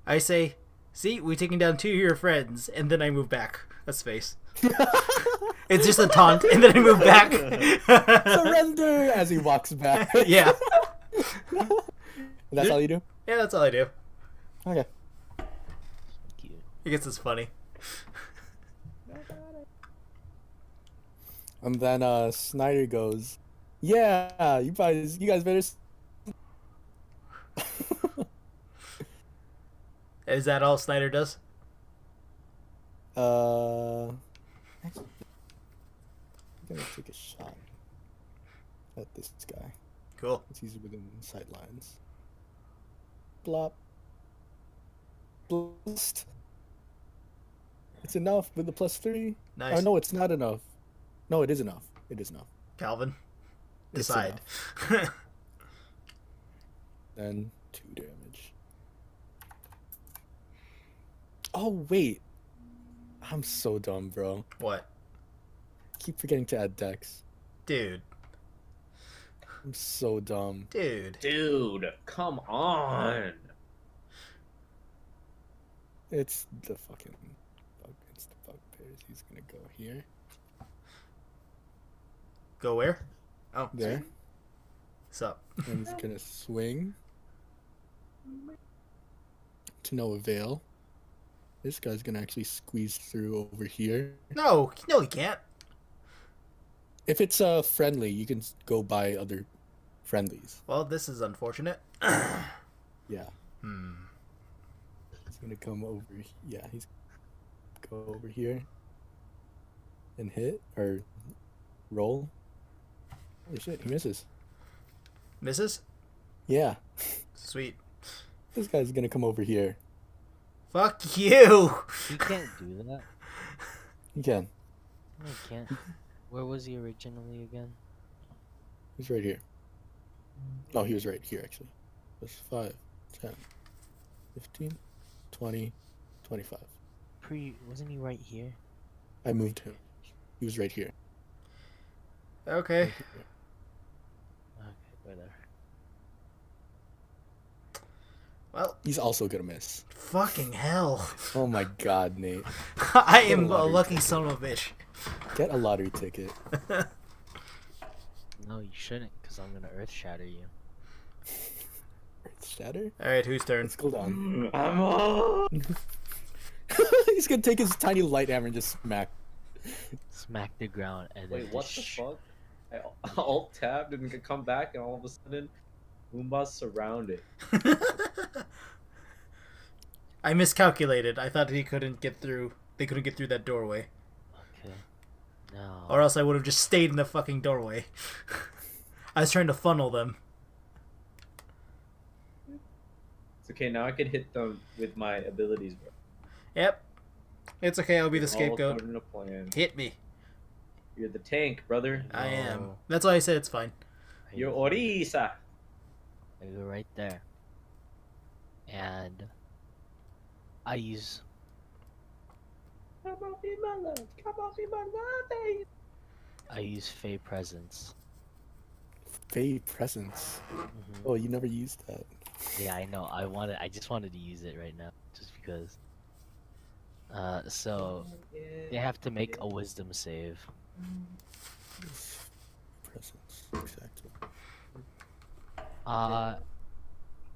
Speaker 3: I say, see, we're taking down two of your friends, and then I move back a space. it's just a taunt, and then I move back.
Speaker 2: Surrender as he walks back.
Speaker 3: yeah.
Speaker 2: That's all you do?
Speaker 3: Yeah, that's all I do.
Speaker 2: Okay.
Speaker 5: Thank you.
Speaker 3: I guess it's funny.
Speaker 2: And then uh Snyder goes, Yeah, you guys you guys better s-
Speaker 3: Is that all Snyder does?
Speaker 2: uh actually, I'm gonna take a shot at this guy.
Speaker 3: Cool.
Speaker 2: It's easier within sight lines. Blop. Blast. It's enough with the plus three.
Speaker 3: Nice.
Speaker 2: Oh no, it's not enough. No, it is enough. It is enough.
Speaker 3: Calvin,
Speaker 2: It's
Speaker 3: decide.
Speaker 2: Then two damage. Oh wait, I'm so dumb, bro.
Speaker 3: what,
Speaker 2: Keep forgetting to add dex.
Speaker 3: dude?
Speaker 2: I'm so dumb.
Speaker 3: Dude,
Speaker 4: Dude, come on.
Speaker 2: It's the fucking bug. It's the bugbears. He's gonna go here,
Speaker 3: go where? Oh,
Speaker 2: there,
Speaker 3: What's up?
Speaker 2: and he's gonna swing. To no avail. This guy's gonna actually squeeze through over here.
Speaker 3: No, no, he can't.
Speaker 2: If it's uh friendly, you can s- go buy other friendlies.
Speaker 3: Well, this is unfortunate.
Speaker 2: Yeah.
Speaker 3: Hmm.
Speaker 2: He's gonna come over. he- Yeah, he's go over here and hit or roll. Holy shit, he misses.
Speaker 3: Misses.
Speaker 2: Yeah,
Speaker 3: Sweet.
Speaker 2: this guy's gonna come over here.
Speaker 3: Fuck you.
Speaker 5: He can't do that.
Speaker 2: He can.
Speaker 5: No, he can't. Where was he originally again?
Speaker 2: He's right here. Oh, he was right here actually. That's 5, 10, 15, 20, 25.
Speaker 5: Pre wasn't he right here?
Speaker 2: I moved him. He was right here.
Speaker 3: Okay.
Speaker 5: Okay, whatever.
Speaker 3: Well,
Speaker 2: He's also gonna miss.
Speaker 3: fucking hell.
Speaker 2: Oh my god, Nate.
Speaker 3: I am a
Speaker 2: lottery
Speaker 3: lucky son of a bitch.
Speaker 2: Get a lottery ticket.
Speaker 5: No, you shouldn't, because I'm gonna earth shatter you.
Speaker 2: Earth shatter?
Speaker 3: All right, whose turn?
Speaker 2: Let's go down.
Speaker 4: I'm uh, on.
Speaker 2: He's gonna take his tiny light hammer and just smack.
Speaker 5: Smack the ground and then
Speaker 4: Wait, what
Speaker 5: just
Speaker 4: the
Speaker 5: sh-
Speaker 4: fuck? I alt tabbed and could come back, and all of a sudden, Moomba's surrounded.
Speaker 3: I miscalculated. I thought he couldn't get through. They couldn't get through that doorway,
Speaker 5: Okay. No.
Speaker 3: or else I would have just stayed in the fucking doorway. I was trying to funnel them.
Speaker 4: It's okay, now I can hit them with my abilities, bro.
Speaker 3: Yep. It's okay. I'll be the
Speaker 4: All
Speaker 3: scapegoat.
Speaker 4: according to plan.
Speaker 3: Hit me.
Speaker 4: You're the tank, brother.
Speaker 3: I am.
Speaker 5: No.
Speaker 3: That's why I said it's fine.
Speaker 5: I
Speaker 4: You're
Speaker 5: was-
Speaker 4: Orisa.
Speaker 5: I go right there. And I use
Speaker 4: Come on, be my love. Come on, be my love, baby.
Speaker 5: I use Fey presence.
Speaker 2: Fey presence.
Speaker 5: Mhm.
Speaker 2: Oh, you never used that.
Speaker 5: Yeah, I know. I wanted. I just wanted to use it right now, just because. Uh, so they have to make a Wisdom save.
Speaker 2: Presence. Exactly.
Speaker 5: Uh,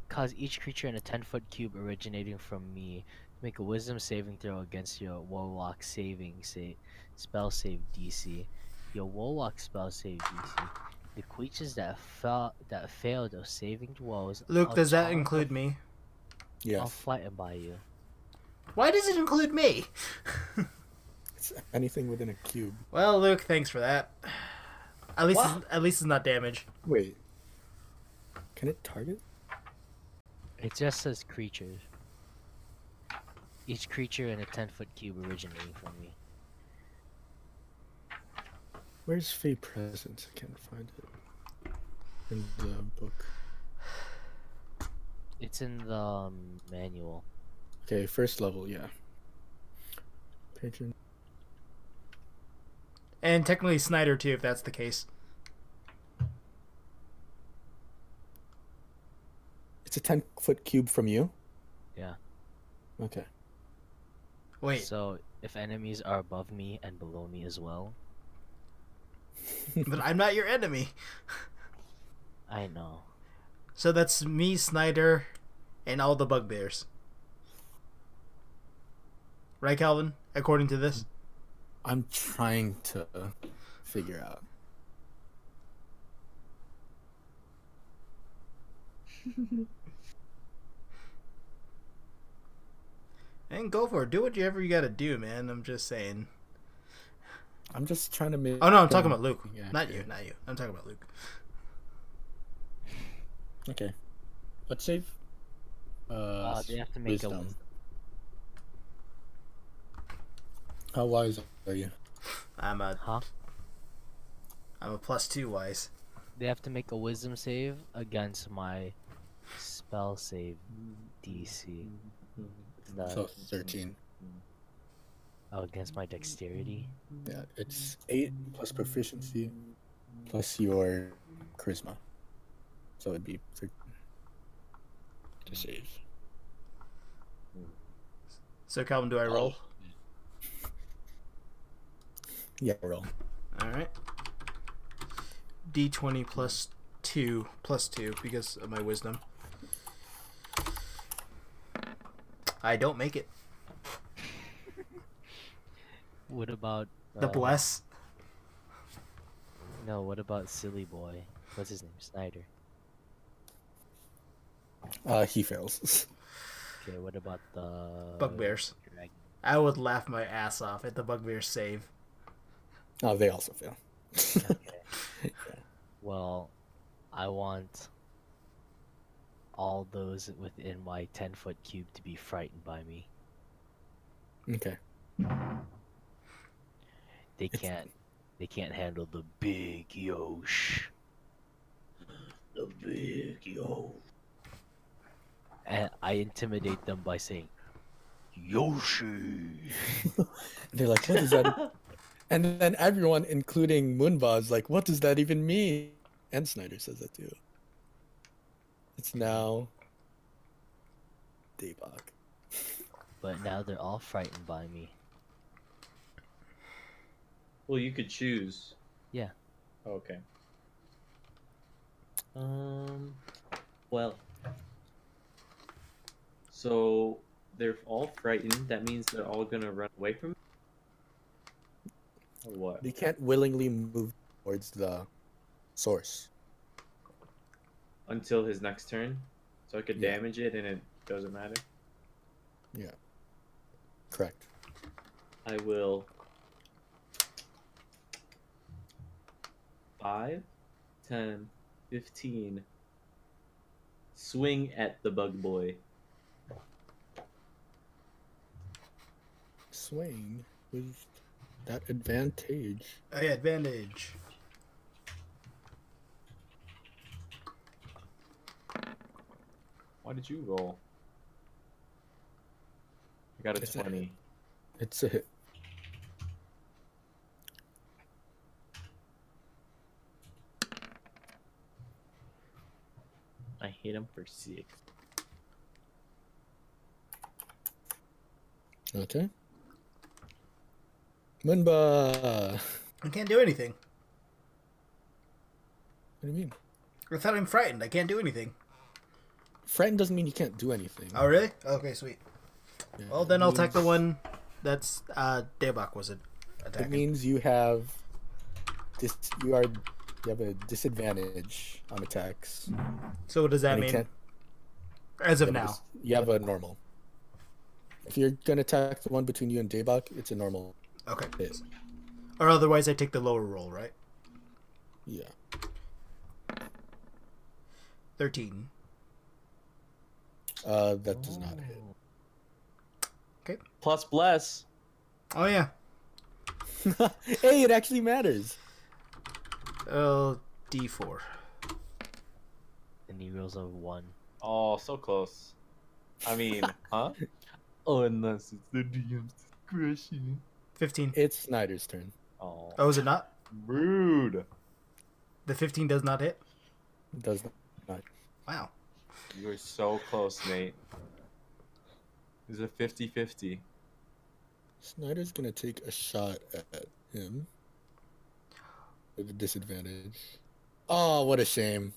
Speaker 5: cause each creature in a ten foot cube originating from me to make a Wisdom saving throw against your Warlock saving say spell save DC. Your Warlock spell save DC. The creatures that fell that failed those saving throws.
Speaker 3: Luke,
Speaker 5: are
Speaker 3: does that
Speaker 5: charmed-
Speaker 3: include me?
Speaker 5: Are
Speaker 2: Yeah.
Speaker 5: frightened by you.
Speaker 3: Why does it include me?
Speaker 2: It's anything within a cube.
Speaker 3: Well, Luke, thanks for that. At least,
Speaker 4: What?
Speaker 3: it's, at least it's not damage.
Speaker 2: Wait. Can it target?
Speaker 5: It just says creatures. Each creature in a 10 foot cube originating from me.
Speaker 2: Where's Fey presence? I can't find it. In the book.
Speaker 5: It's in the um, manual.
Speaker 2: Okay, first level, yeah. Patron.
Speaker 3: And technically Snyder too, if that's the case.
Speaker 2: It's a 10 foot cube from you?
Speaker 5: Yeah.
Speaker 2: Okay.
Speaker 3: Wait,
Speaker 5: So if enemies are above me and below me as well,
Speaker 3: but I'm not your enemy.
Speaker 5: I know.
Speaker 3: So that's me, Snyder, and all the bugbears. Right, Calvin? According to this?
Speaker 2: I'm trying to figure out.
Speaker 3: And go for it. Do whatever you gotta do, man. I'm just saying.
Speaker 2: I'm just trying to make.
Speaker 3: Oh, no, I'm talking about Luke.
Speaker 2: Yeah,
Speaker 3: Not
Speaker 2: yeah.
Speaker 3: you, not you. I'm talking about Luke.
Speaker 2: Okay. What save? Uh,
Speaker 5: Uh, they have to make a wisdom.
Speaker 2: How wise are you?
Speaker 3: I'm a
Speaker 5: Huh?
Speaker 3: I'm a plus two wise.
Speaker 5: They have to make a wisdom save against my spell save DC. No,
Speaker 2: So 13.
Speaker 5: oh, against my dexterity.
Speaker 2: Yeah, it's 8 plus proficiency plus your charisma. So it'd be 13. To save.
Speaker 3: So Calvin, do I roll?
Speaker 2: Yeah, roll.
Speaker 3: All right. D20 plus two, plus two because of my wisdom. I don't make it.
Speaker 5: What about
Speaker 3: The
Speaker 5: uh,
Speaker 3: bless.
Speaker 5: No, what about silly boy? What's his name? Snyder.
Speaker 2: Uh, he fails.
Speaker 5: Okay, what about the
Speaker 3: Bugbears.
Speaker 5: Dragon?
Speaker 3: I would laugh my ass off at the bugbear save.
Speaker 2: Oh, they also fail.
Speaker 5: Okay. Well, I want all those within my ten foot cube to be frightened by me.
Speaker 2: okay.
Speaker 5: They can't. They can't handle the big yosh. The big yo. And I intimidate them by saying, "Yoshi."
Speaker 2: They're like, what is that? e-" and then everyone, including Moonba, is like, what does that even mean? And Snyder says that too. It's now Daybok.
Speaker 5: But now they're all frightened by me.
Speaker 4: Well, you could choose. Oh,
Speaker 5: Yeah.
Speaker 4: Okay. Um. Well. So they're all frightened. That means they're all gonna run away from. me? Or what?
Speaker 2: They can't willingly move towards the source.
Speaker 4: Until his next turn, so I could
Speaker 2: Yeah.
Speaker 4: damage it, and it doesn't matter.
Speaker 2: Correct.
Speaker 4: I will. Five, ten, fifteen. Swing at the bug boy.
Speaker 2: Swing with that advantage.
Speaker 3: I advantage.
Speaker 4: Why did you roll? I got a
Speaker 2: Is it-
Speaker 4: 20.
Speaker 2: It's a hit.
Speaker 4: I hit him for 6.
Speaker 2: Okay. Moonba! What
Speaker 3: I can't do anything.
Speaker 2: do you mean?
Speaker 3: I thought I'm frightened. I can't do anything.
Speaker 2: Frightened doesn't mean you can't do anything.
Speaker 3: Oh really? Okay, sweet.
Speaker 2: Yeah,
Speaker 3: Well then
Speaker 2: it
Speaker 3: I'll take the
Speaker 2: means-
Speaker 3: one that's uh Daybok was it
Speaker 2: It
Speaker 3: attacking.
Speaker 2: means you have this. You are you have a disadvantage on attacks.
Speaker 3: so what does that
Speaker 2: and you
Speaker 3: mean?
Speaker 2: can't-
Speaker 3: As of
Speaker 2: you have a
Speaker 3: now.
Speaker 2: dis- you have a normal. If you're gonna attack the one between you and Daybok, it's a normal
Speaker 3: Okay.
Speaker 2: hit.
Speaker 3: Or otherwise I take the lower roll, right?
Speaker 2: Yeah.
Speaker 3: Thirteen.
Speaker 2: Uh, that does not hit.
Speaker 4: Plus bless.
Speaker 3: Oh yeah.
Speaker 2: hey, it actually matters.
Speaker 3: Oh D four.
Speaker 5: And he rolls a one.
Speaker 4: Oh, so close. I mean, huh? Oh, unless it's the DM's discretion.
Speaker 3: Fifteen.
Speaker 2: It's Snyder's turn.
Speaker 4: Oh,
Speaker 3: Oh, is it not?
Speaker 4: rude.
Speaker 3: The fifteen does not hit?
Speaker 2: It Does not.
Speaker 3: Wow.
Speaker 4: You were so close, Nate. It was a 50 50.
Speaker 2: Snyder's gonna take a shot at him with a disadvantage. Oh, what a shame.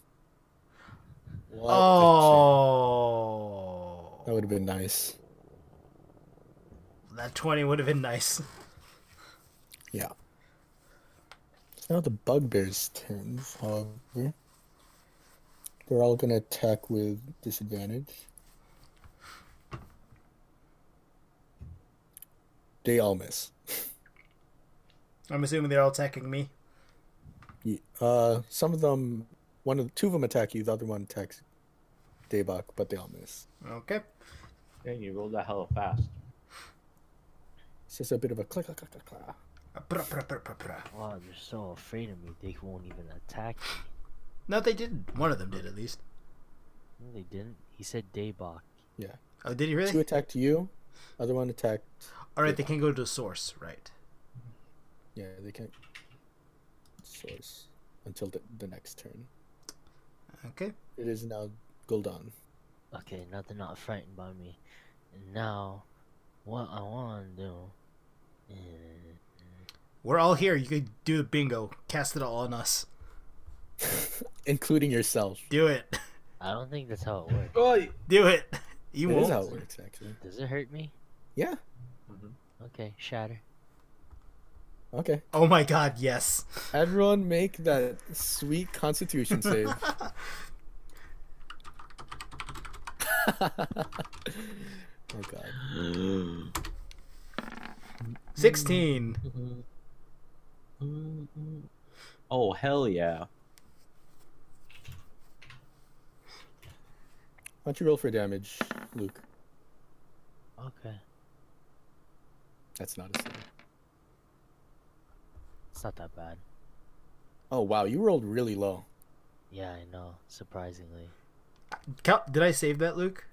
Speaker 2: What a shame.
Speaker 3: oh
Speaker 2: That would have been nice.
Speaker 3: that twenty would have been nice.
Speaker 2: It's now the bugbear's turns, however. They're all gonna attack with disadvantage. They all miss.
Speaker 3: I'm assuming they're all attacking me.
Speaker 2: Ye- Uh, some of them, one of two of them attack you. The other one attacks Daybok, but they all miss.
Speaker 3: Okay.
Speaker 4: Dang, you rolled that hella fast.
Speaker 2: It's just a bit of a click, click, click, click, click.
Speaker 3: Pra, pra, pra, pra, pra.
Speaker 5: Wow, they're so afraid of me. They won't even attack me.
Speaker 3: No, they didn't. One of them did at least.
Speaker 5: No, they didn't. He said Daybok.
Speaker 3: Oh, did he
Speaker 2: Two
Speaker 3: really?
Speaker 2: attacked you, other one attacked.
Speaker 3: All right, they can go to source, right?
Speaker 2: Yeah, they can't source until the, the next turn.
Speaker 3: Okay.
Speaker 2: It is now Gul'dan.
Speaker 5: Okay, now they're not frightened by me. And now, what I want to do is.
Speaker 3: We're all here. You could do the bingo. Cast it all on us.
Speaker 2: Including yourself.
Speaker 3: Do it.
Speaker 5: I don't think that's how it works.
Speaker 4: Oi!
Speaker 3: Do it. You
Speaker 2: It is
Speaker 3: won't.
Speaker 2: how it works, actually.
Speaker 5: Does it hurt me?
Speaker 2: Yeah.
Speaker 5: Okay, shatter.
Speaker 2: Okay.
Speaker 3: Oh my god, yes.
Speaker 2: Everyone make that sweet constitution save. oh god.
Speaker 3: 16.
Speaker 4: Oh, hell yeah.
Speaker 2: Why don't you roll for damage, Luke?
Speaker 5: Okay.
Speaker 2: That's not a save.
Speaker 5: It's not that bad.
Speaker 2: Oh wow, you rolled really low.
Speaker 5: Yeah, I know. Surprisingly.
Speaker 3: Cal- Did I save that, Luke?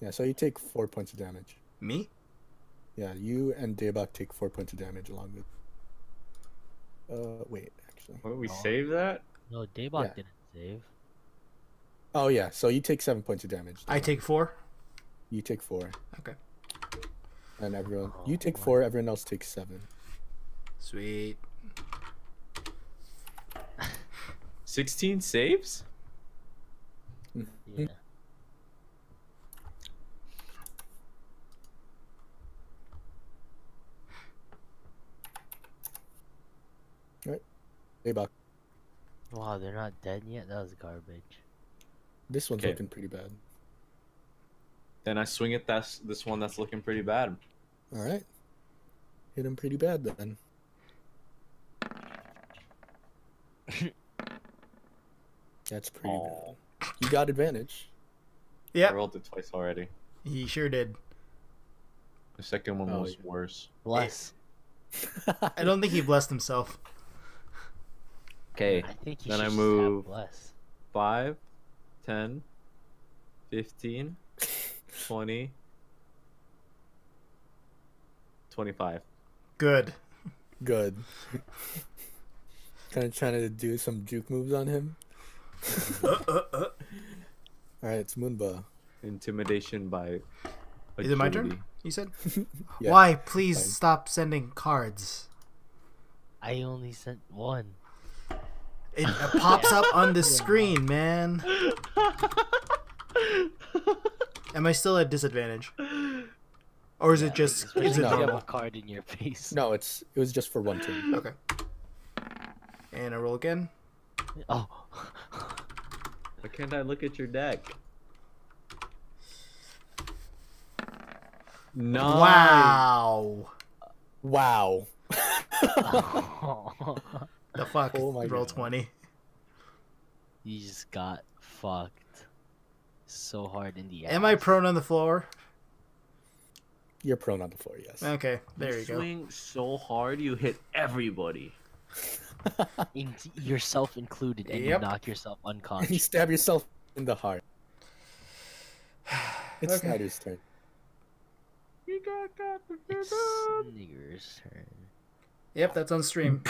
Speaker 2: Yeah, so you take four points of damage.
Speaker 3: Me?
Speaker 2: Yeah, you and Debak take four points of damage along with. Uh, wait, actually.
Speaker 4: What, we save that?
Speaker 5: No, Daybok
Speaker 2: Yeah.
Speaker 5: didn't save.
Speaker 2: Oh yeah, so you take seven points of damage.
Speaker 3: I take four.
Speaker 2: You take four,
Speaker 3: Okay.
Speaker 2: and everyone you
Speaker 5: Oh,
Speaker 2: take
Speaker 5: wow.
Speaker 2: four. Everyone else takes seven.
Speaker 3: Sweet.
Speaker 4: 16 saves?
Speaker 5: Yeah.
Speaker 2: Debak,
Speaker 5: Wow, they're not dead yet? That was garbage.
Speaker 2: this one's
Speaker 4: Okay.
Speaker 2: looking pretty bad.
Speaker 4: Then I swing at this, this one that's looking pretty bad.
Speaker 2: All right, hit him pretty bad then. That's pretty
Speaker 4: Oh,
Speaker 2: bad. You got advantage.
Speaker 4: I
Speaker 3: Yep,
Speaker 4: rolled it twice already.
Speaker 3: he sure did.
Speaker 4: The second one
Speaker 2: Oh,
Speaker 4: was
Speaker 2: yeah.
Speaker 4: worse.
Speaker 5: Bless.
Speaker 3: I don't think he blessed himself.
Speaker 4: Okay.
Speaker 5: I think he
Speaker 4: Then I
Speaker 5: should just have
Speaker 4: move-
Speaker 5: Bless.
Speaker 4: 5, 10, 15, 20, 25.
Speaker 3: Good.
Speaker 2: Good. kind of trying to do some juke moves on him. All right, it's Moonba.
Speaker 4: Intimidation by.
Speaker 3: Is it my turn?
Speaker 4: agility.
Speaker 3: You said?
Speaker 2: Yeah,
Speaker 3: Why, please
Speaker 2: fine.
Speaker 3: stop sending cards.
Speaker 5: I only sent one.
Speaker 3: It uh, pops up on the screen, man. Am I still at disadvantage? Or is
Speaker 5: Yeah,
Speaker 3: it just
Speaker 5: especially
Speaker 3: is it
Speaker 5: if you have a
Speaker 3: normal?
Speaker 5: card in your face?
Speaker 2: No, it's it was just for one turn.
Speaker 3: Okay. And I roll again.
Speaker 5: Oh.
Speaker 4: Why can't I look at your deck? No.
Speaker 3: Wow.
Speaker 2: Wow.
Speaker 3: The fuck?
Speaker 2: Oh my
Speaker 3: roll
Speaker 2: God.
Speaker 3: twenty.
Speaker 5: you just got fucked so hard in the ass.
Speaker 3: Am I prone on the floor?
Speaker 2: You're prone on the floor, yes.
Speaker 3: Okay, there you go.
Speaker 4: Swing so hard you hit everybody.
Speaker 5: In- yourself included, and you
Speaker 3: Yep.
Speaker 5: knock yourself
Speaker 2: And you
Speaker 5: unconscious.
Speaker 2: stab yourself in the heart. It's
Speaker 3: Okay.
Speaker 2: Snyder's turn.
Speaker 5: it's Sniggers' turn.
Speaker 3: Yep, that's on stream.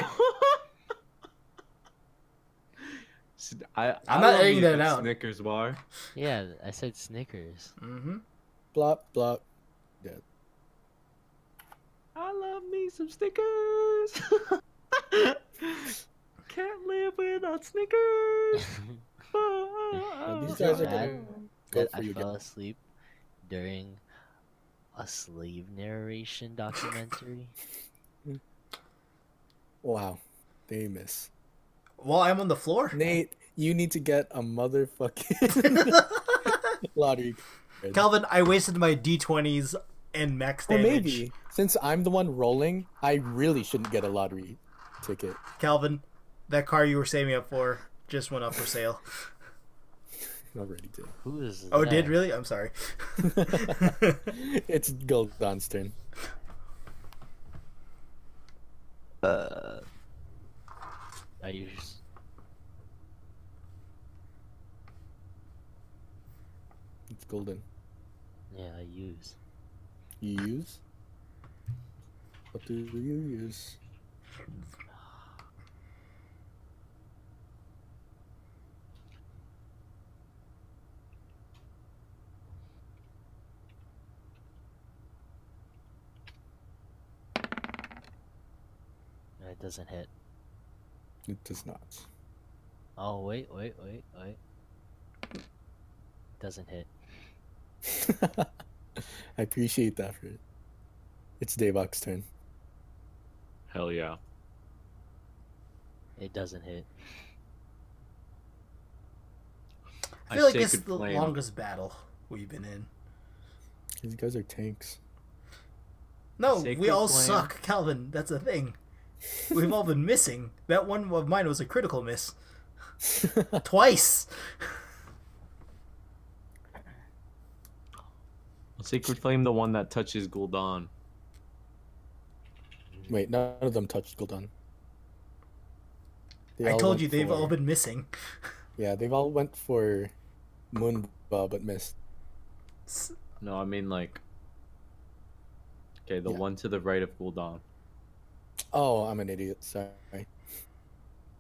Speaker 4: S- I, am
Speaker 3: not editing that out.
Speaker 4: Snickers bar.
Speaker 5: Yeah, I said Snickers.
Speaker 3: Mm-hmm.
Speaker 2: Blop, blop.
Speaker 4: I love me some Snickers. Can't live without Snickers.
Speaker 2: These
Speaker 5: Is
Speaker 2: guys
Speaker 5: it
Speaker 2: are gonna
Speaker 5: bad
Speaker 2: go
Speaker 5: that
Speaker 2: for
Speaker 5: I
Speaker 2: you again.
Speaker 5: fell asleep during a slave narration documentary.
Speaker 2: Wow. They miss.
Speaker 3: While I'm on the floor.
Speaker 2: Nate, you need to get a motherfucking lottery card.
Speaker 3: Calvin, I wasted my d20s and max
Speaker 2: Or
Speaker 3: damage.
Speaker 2: Oh, maybe, since I'm the one rolling, I really shouldn't get a lottery ticket.
Speaker 3: Calvin, that car you were saving up for just went up for sale.
Speaker 2: I already did.
Speaker 5: Who is
Speaker 3: Oh,
Speaker 5: that?
Speaker 3: did really? I'm sorry.
Speaker 2: it's Gul'dan's turn. It's golden.
Speaker 5: Yeah, I use.
Speaker 2: You use? What do you use?
Speaker 5: And it doesn't hit.
Speaker 2: It does not.
Speaker 5: Oh wait, wait, wait, wait. Doesn't hit.
Speaker 2: I appreciate that for it. It's Daybok's turn.
Speaker 4: Hell yeah.
Speaker 5: It doesn't hit.
Speaker 3: I feel like
Speaker 4: sacred
Speaker 3: this is the
Speaker 4: flame.
Speaker 3: longest battle we've been in.
Speaker 2: These guys are tanks.
Speaker 3: No, we
Speaker 4: Sacred
Speaker 3: all
Speaker 4: flame.
Speaker 3: suck, Calvin. That's a thing. We've all been missing. That one of mine was a critical miss twice.
Speaker 4: Sacred Flame, the one that touches Gul'dan.
Speaker 2: Wait, none of them touched Gul'dan. They
Speaker 3: I
Speaker 2: all
Speaker 3: told
Speaker 2: went
Speaker 3: you they've
Speaker 2: for-
Speaker 3: all been missing.
Speaker 2: Yeah, they've all went for Moonba but missed.
Speaker 3: S-
Speaker 4: No, I mean like. Okay, the
Speaker 2: Yeah.
Speaker 4: one to the right of Gul'dan.
Speaker 2: Oh, I'm an idiot. Sorry.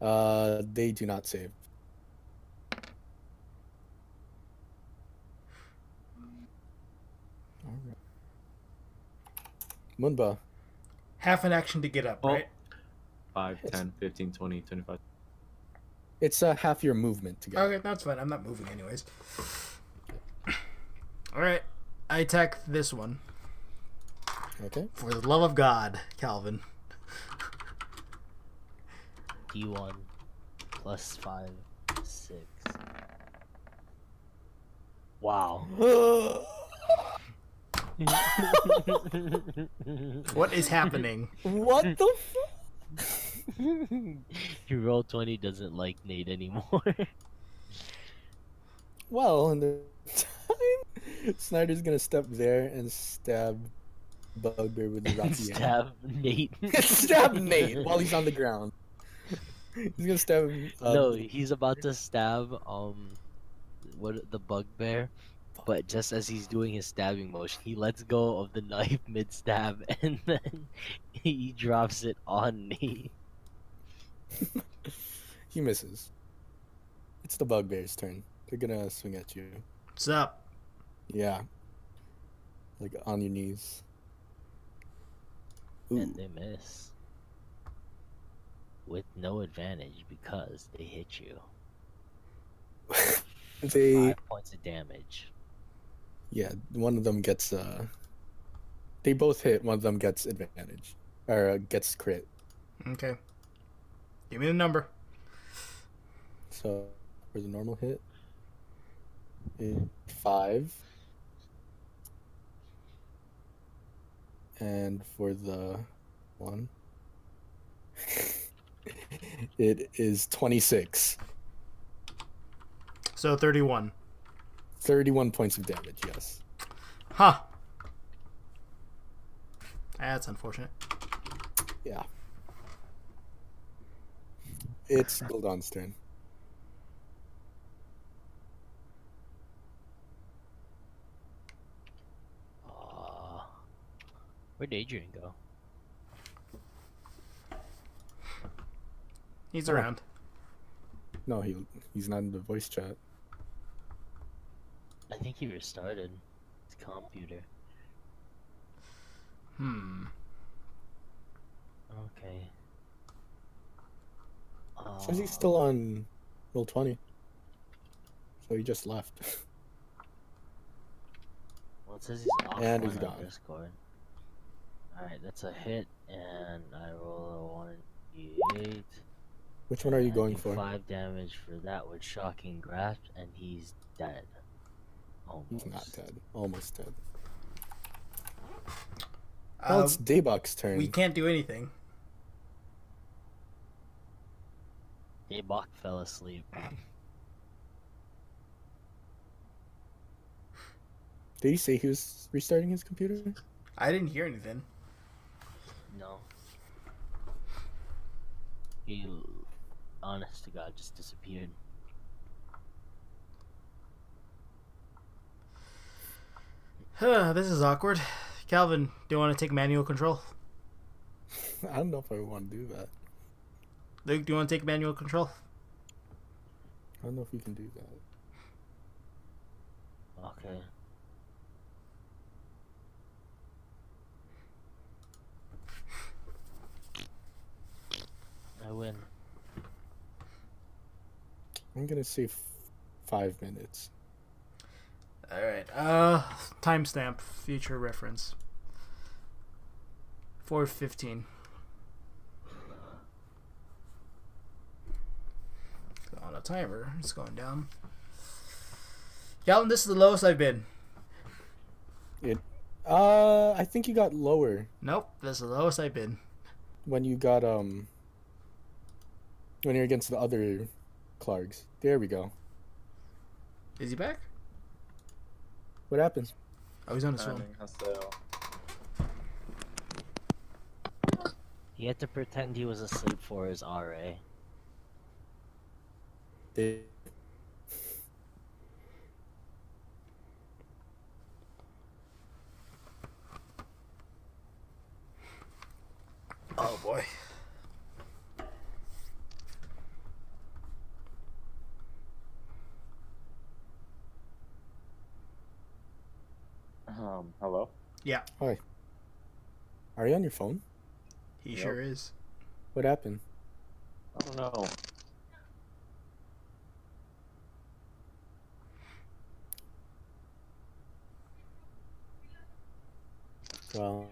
Speaker 2: Uh, they do not save. Alright. Moonba,
Speaker 3: Half an action to get up,
Speaker 4: Oh.
Speaker 3: right?
Speaker 4: 5,
Speaker 2: Yes.
Speaker 4: 10, 15, 20, 25.
Speaker 2: it's uh, half your movement to get.
Speaker 3: Okay, that's fine. I'm not moving anyways. All right, I attack this one
Speaker 2: Okay.
Speaker 3: for the love of God, Calvin.
Speaker 5: D1 plus 5, 6. Wow.
Speaker 3: What is happening?
Speaker 2: What the? F-
Speaker 5: Your roll 20 doesn't like Nate anymore.
Speaker 2: well, in the time, Snyder's gonna step there and stab Bugbear with the rocky hand.
Speaker 5: Stab Nate.
Speaker 2: stab Nate while he's on the ground. He's gonna stab him. Uh,
Speaker 5: no, he's about to stab um what the bugbear. But just as he's doing his stabbing motion, he lets go of the knife mid stab and then he drops it on me.
Speaker 2: He misses. It's the bugbear's turn. They're gonna swing at you.
Speaker 3: What's up?
Speaker 2: Yeah. Like on your knees. Ooh,
Speaker 5: And they miss. With no advantage because they hit you.
Speaker 2: they
Speaker 5: Five points of damage.
Speaker 2: yeah. One of them gets uh. They both hit. One of them gets advantage, or uh, gets crit.
Speaker 3: Okay, give me the number.
Speaker 2: So for the normal hit, it, five. And for the one, it is 26.
Speaker 3: So thirty-one.
Speaker 2: 31 points of damage, yes.
Speaker 3: Huh. That's unfortunate.
Speaker 2: Yeah. It's Gul'dan's turn.
Speaker 5: Aw. Where'd Adrian go?
Speaker 2: Oh.
Speaker 3: He's around.
Speaker 2: No, he he's not in the voice chat.
Speaker 5: I think he restarted his computer.
Speaker 3: Hmm.
Speaker 5: Okay.
Speaker 2: So he's
Speaker 5: Uh,
Speaker 2: still on roll 20. So he just left.
Speaker 5: Well, it says he's off
Speaker 2: And
Speaker 5: on
Speaker 2: he's
Speaker 5: our
Speaker 2: gone.
Speaker 5: Discord. Alright, that's a hit, and I roll a 1d8.
Speaker 2: Which one are you
Speaker 5: I
Speaker 2: going
Speaker 5: do
Speaker 2: for?
Speaker 5: 5 damage for that with Shocking Grasp, and he's dead. Almost.
Speaker 2: He's not dead. Almost dead. Well,
Speaker 3: Uh,
Speaker 2: it's Daybok's turn.
Speaker 3: we can't do anything.
Speaker 5: Daybok fell asleep.
Speaker 2: Did he say he was restarting his computer?
Speaker 3: I didn't hear anything.
Speaker 5: No. He, honest to God, just disappeared.
Speaker 3: this is awkward. Calvin, do you want to take manual control?
Speaker 2: I don't know if I want to do that.
Speaker 3: Luke, do you want to take manual control?
Speaker 2: I don't know if we can do that.
Speaker 5: Okay. I win.
Speaker 2: I'm gonna say f- five minutes.
Speaker 3: All right. Uh, timestamp, future reference. Four fifteen. On a timer, it's going down. Calvin, this is the lowest I've been.
Speaker 2: Uh, I think you got lower
Speaker 3: Nope, this is the lowest I've been.
Speaker 2: when you got um. When you're against the other Clargs. There we go.
Speaker 3: Is he back?
Speaker 2: What happens?
Speaker 3: Oh, he's on his phone.
Speaker 4: Timing us though.
Speaker 5: He had to pretend he was asleep for his RA.
Speaker 2: They.
Speaker 3: Oh boy.
Speaker 4: Um, hello.
Speaker 2: Are you on your phone?
Speaker 3: He
Speaker 4: Yep.
Speaker 3: sure is.
Speaker 2: What happened?
Speaker 4: I don't know.
Speaker 2: Well,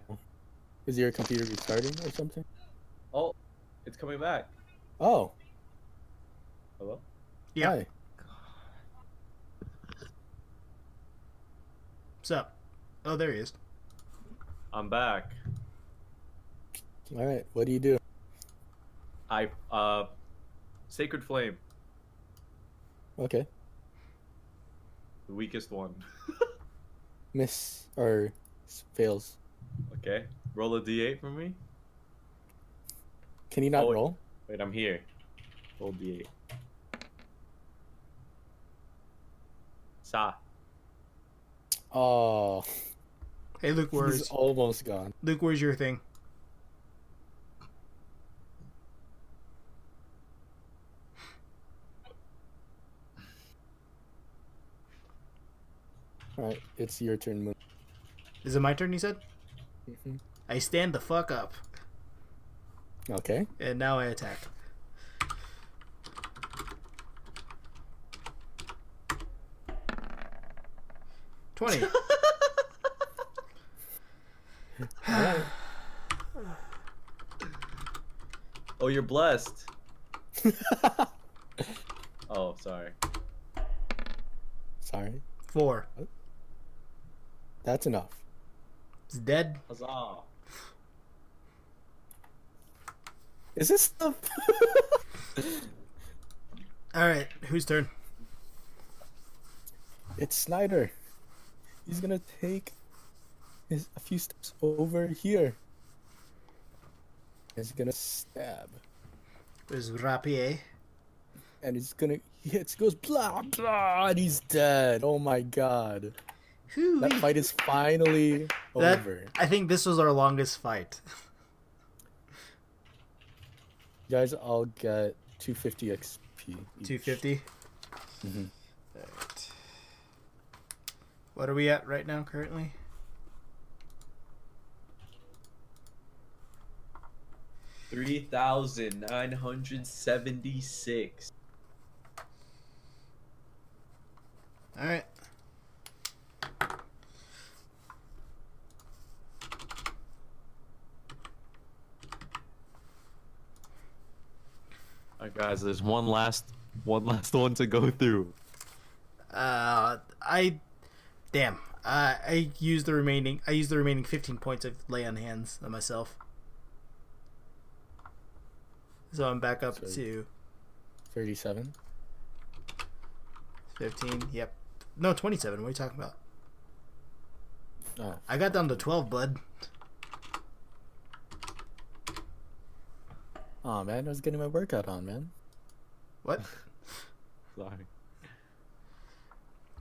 Speaker 2: is your computer restarting or something?
Speaker 4: Oh, it's coming back.
Speaker 2: Oh,
Speaker 4: Hello.
Speaker 3: Yeah.
Speaker 2: hi.
Speaker 3: What's up? Oh, there he is.
Speaker 4: I'm back.
Speaker 2: All right. What do you do?
Speaker 4: I uh, sacred flame,
Speaker 2: Okay,
Speaker 4: the weakest one.
Speaker 2: miss or s- fails.
Speaker 4: Okay. Roll a d8 for me.
Speaker 2: Can you not
Speaker 4: Oh, it-
Speaker 2: roll?
Speaker 4: Wait, I'm here. Roll d8. Sa.
Speaker 2: Oh,
Speaker 3: Hey, Luke,
Speaker 2: he's
Speaker 3: where's
Speaker 2: almost gone.
Speaker 3: Luke? Where's your thing?
Speaker 2: All right, it's your turn. Moon.
Speaker 3: Is it my turn? You said.
Speaker 2: Mhm.
Speaker 3: I stand the fuck up,
Speaker 2: Okay.
Speaker 3: and now I attack. Twenty.
Speaker 2: All right.
Speaker 4: Oh, you're blessed. Oh, sorry.
Speaker 2: Sorry.
Speaker 3: Four.
Speaker 2: That's enough.
Speaker 3: It's dead.
Speaker 4: Huzzah.
Speaker 2: Is this stuff?
Speaker 3: All right, whose turn?
Speaker 2: it's Snyder. He's gonna take his a few steps over here. He's gonna stab,
Speaker 3: It was Rapier.
Speaker 2: and he's gonna. He hits, goes blah blah, and he's dead. Oh my god! That fight is finally
Speaker 3: That-
Speaker 2: over.
Speaker 3: I think this was our longest fight.
Speaker 2: You guys all get 250 XP. each.
Speaker 3: Two fifty.
Speaker 2: Mhm.
Speaker 3: Alright. What are we at right now currently?
Speaker 4: Three thousand nine hundred seventy-six.
Speaker 3: All right.
Speaker 4: All right, guys. There's one last, one last one to go through.
Speaker 3: Uh, I, damn. Uh, I used the remaining. I used the remaining fifteen points of lay on hands on myself. So I'm back up
Speaker 2: So-
Speaker 3: to
Speaker 2: 37.
Speaker 3: fifteen. Yep. No, twenty-seven. What are you talking about?
Speaker 2: Oh,
Speaker 3: I got down to twelve, bud.
Speaker 2: oh man, I was getting my workout on, man.
Speaker 3: What?
Speaker 4: Sorry.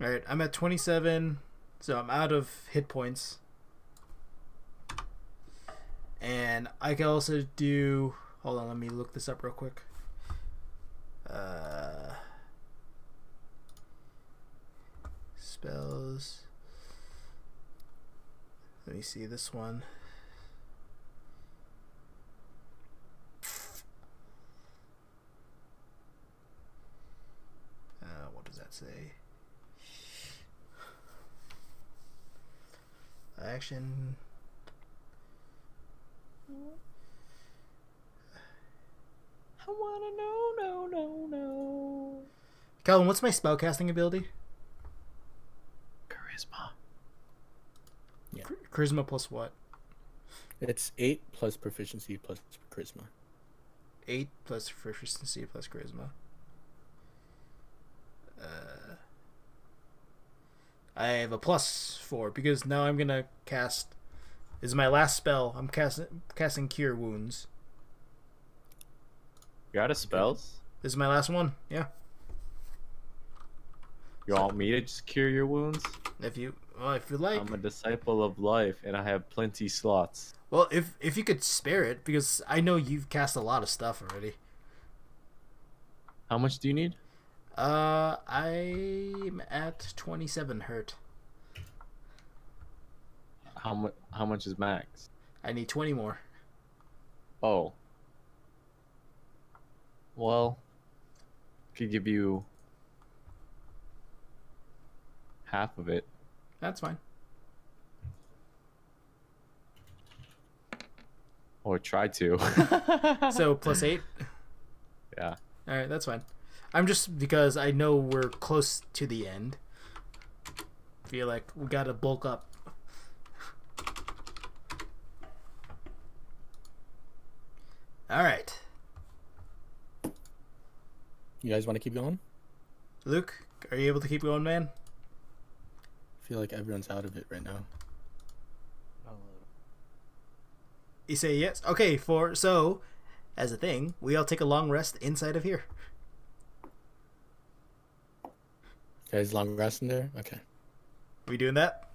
Speaker 3: All right. I'm at twenty-seven. So I'm out of hit points. And I can also do. Hold on, let me look this up real quick. Uh, spells. Let me see this one. Uh, what does that say? Action.
Speaker 5: I wanna know, no, no, no.
Speaker 3: Calvin, what's my spellcasting ability?
Speaker 4: Charisma.
Speaker 2: Yeah.
Speaker 3: Char- Charisma plus what?
Speaker 2: It's eight plus proficiency plus charisma.
Speaker 3: 8 plus proficiency plus charisma. Uh, I have a plus 4 because now I'm going to cast. This is my last spell. I'm cast, casting Cure Wounds.
Speaker 4: You out of spells?
Speaker 3: This is my last one. Yeah.
Speaker 4: You want me to just cure your wounds?
Speaker 3: If you well, if you like.
Speaker 4: I'm a disciple of life, and I have plenty slots.
Speaker 3: Well, if if you could spare it because I know you've cast a lot of stuff already.
Speaker 4: How much do you need?
Speaker 3: Uh I'm at 27 hurt.
Speaker 4: How much? How much is max?
Speaker 3: I need 20 more.
Speaker 4: Oh. Well, could give you half of it.
Speaker 3: That's fine.
Speaker 4: Or try to.
Speaker 3: So plus 8.
Speaker 4: yeah.
Speaker 3: All right, that's fine. I'm just because I know we're close to the end. Feel like we gotta bulk up. All right,
Speaker 2: You guys want to keep going?
Speaker 3: Luke, are you able to keep going, man?
Speaker 2: I feel like everyone's out of it right now.
Speaker 3: You say yes. Okay, for so, as a thing, we all take a long rest inside of here.
Speaker 2: Guys, long rest in there? Okay.
Speaker 3: We doing that?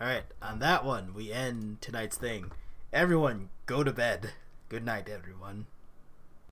Speaker 3: All right. On that one, we end tonight's thing. Everyone, go to bed. Good night, everyone.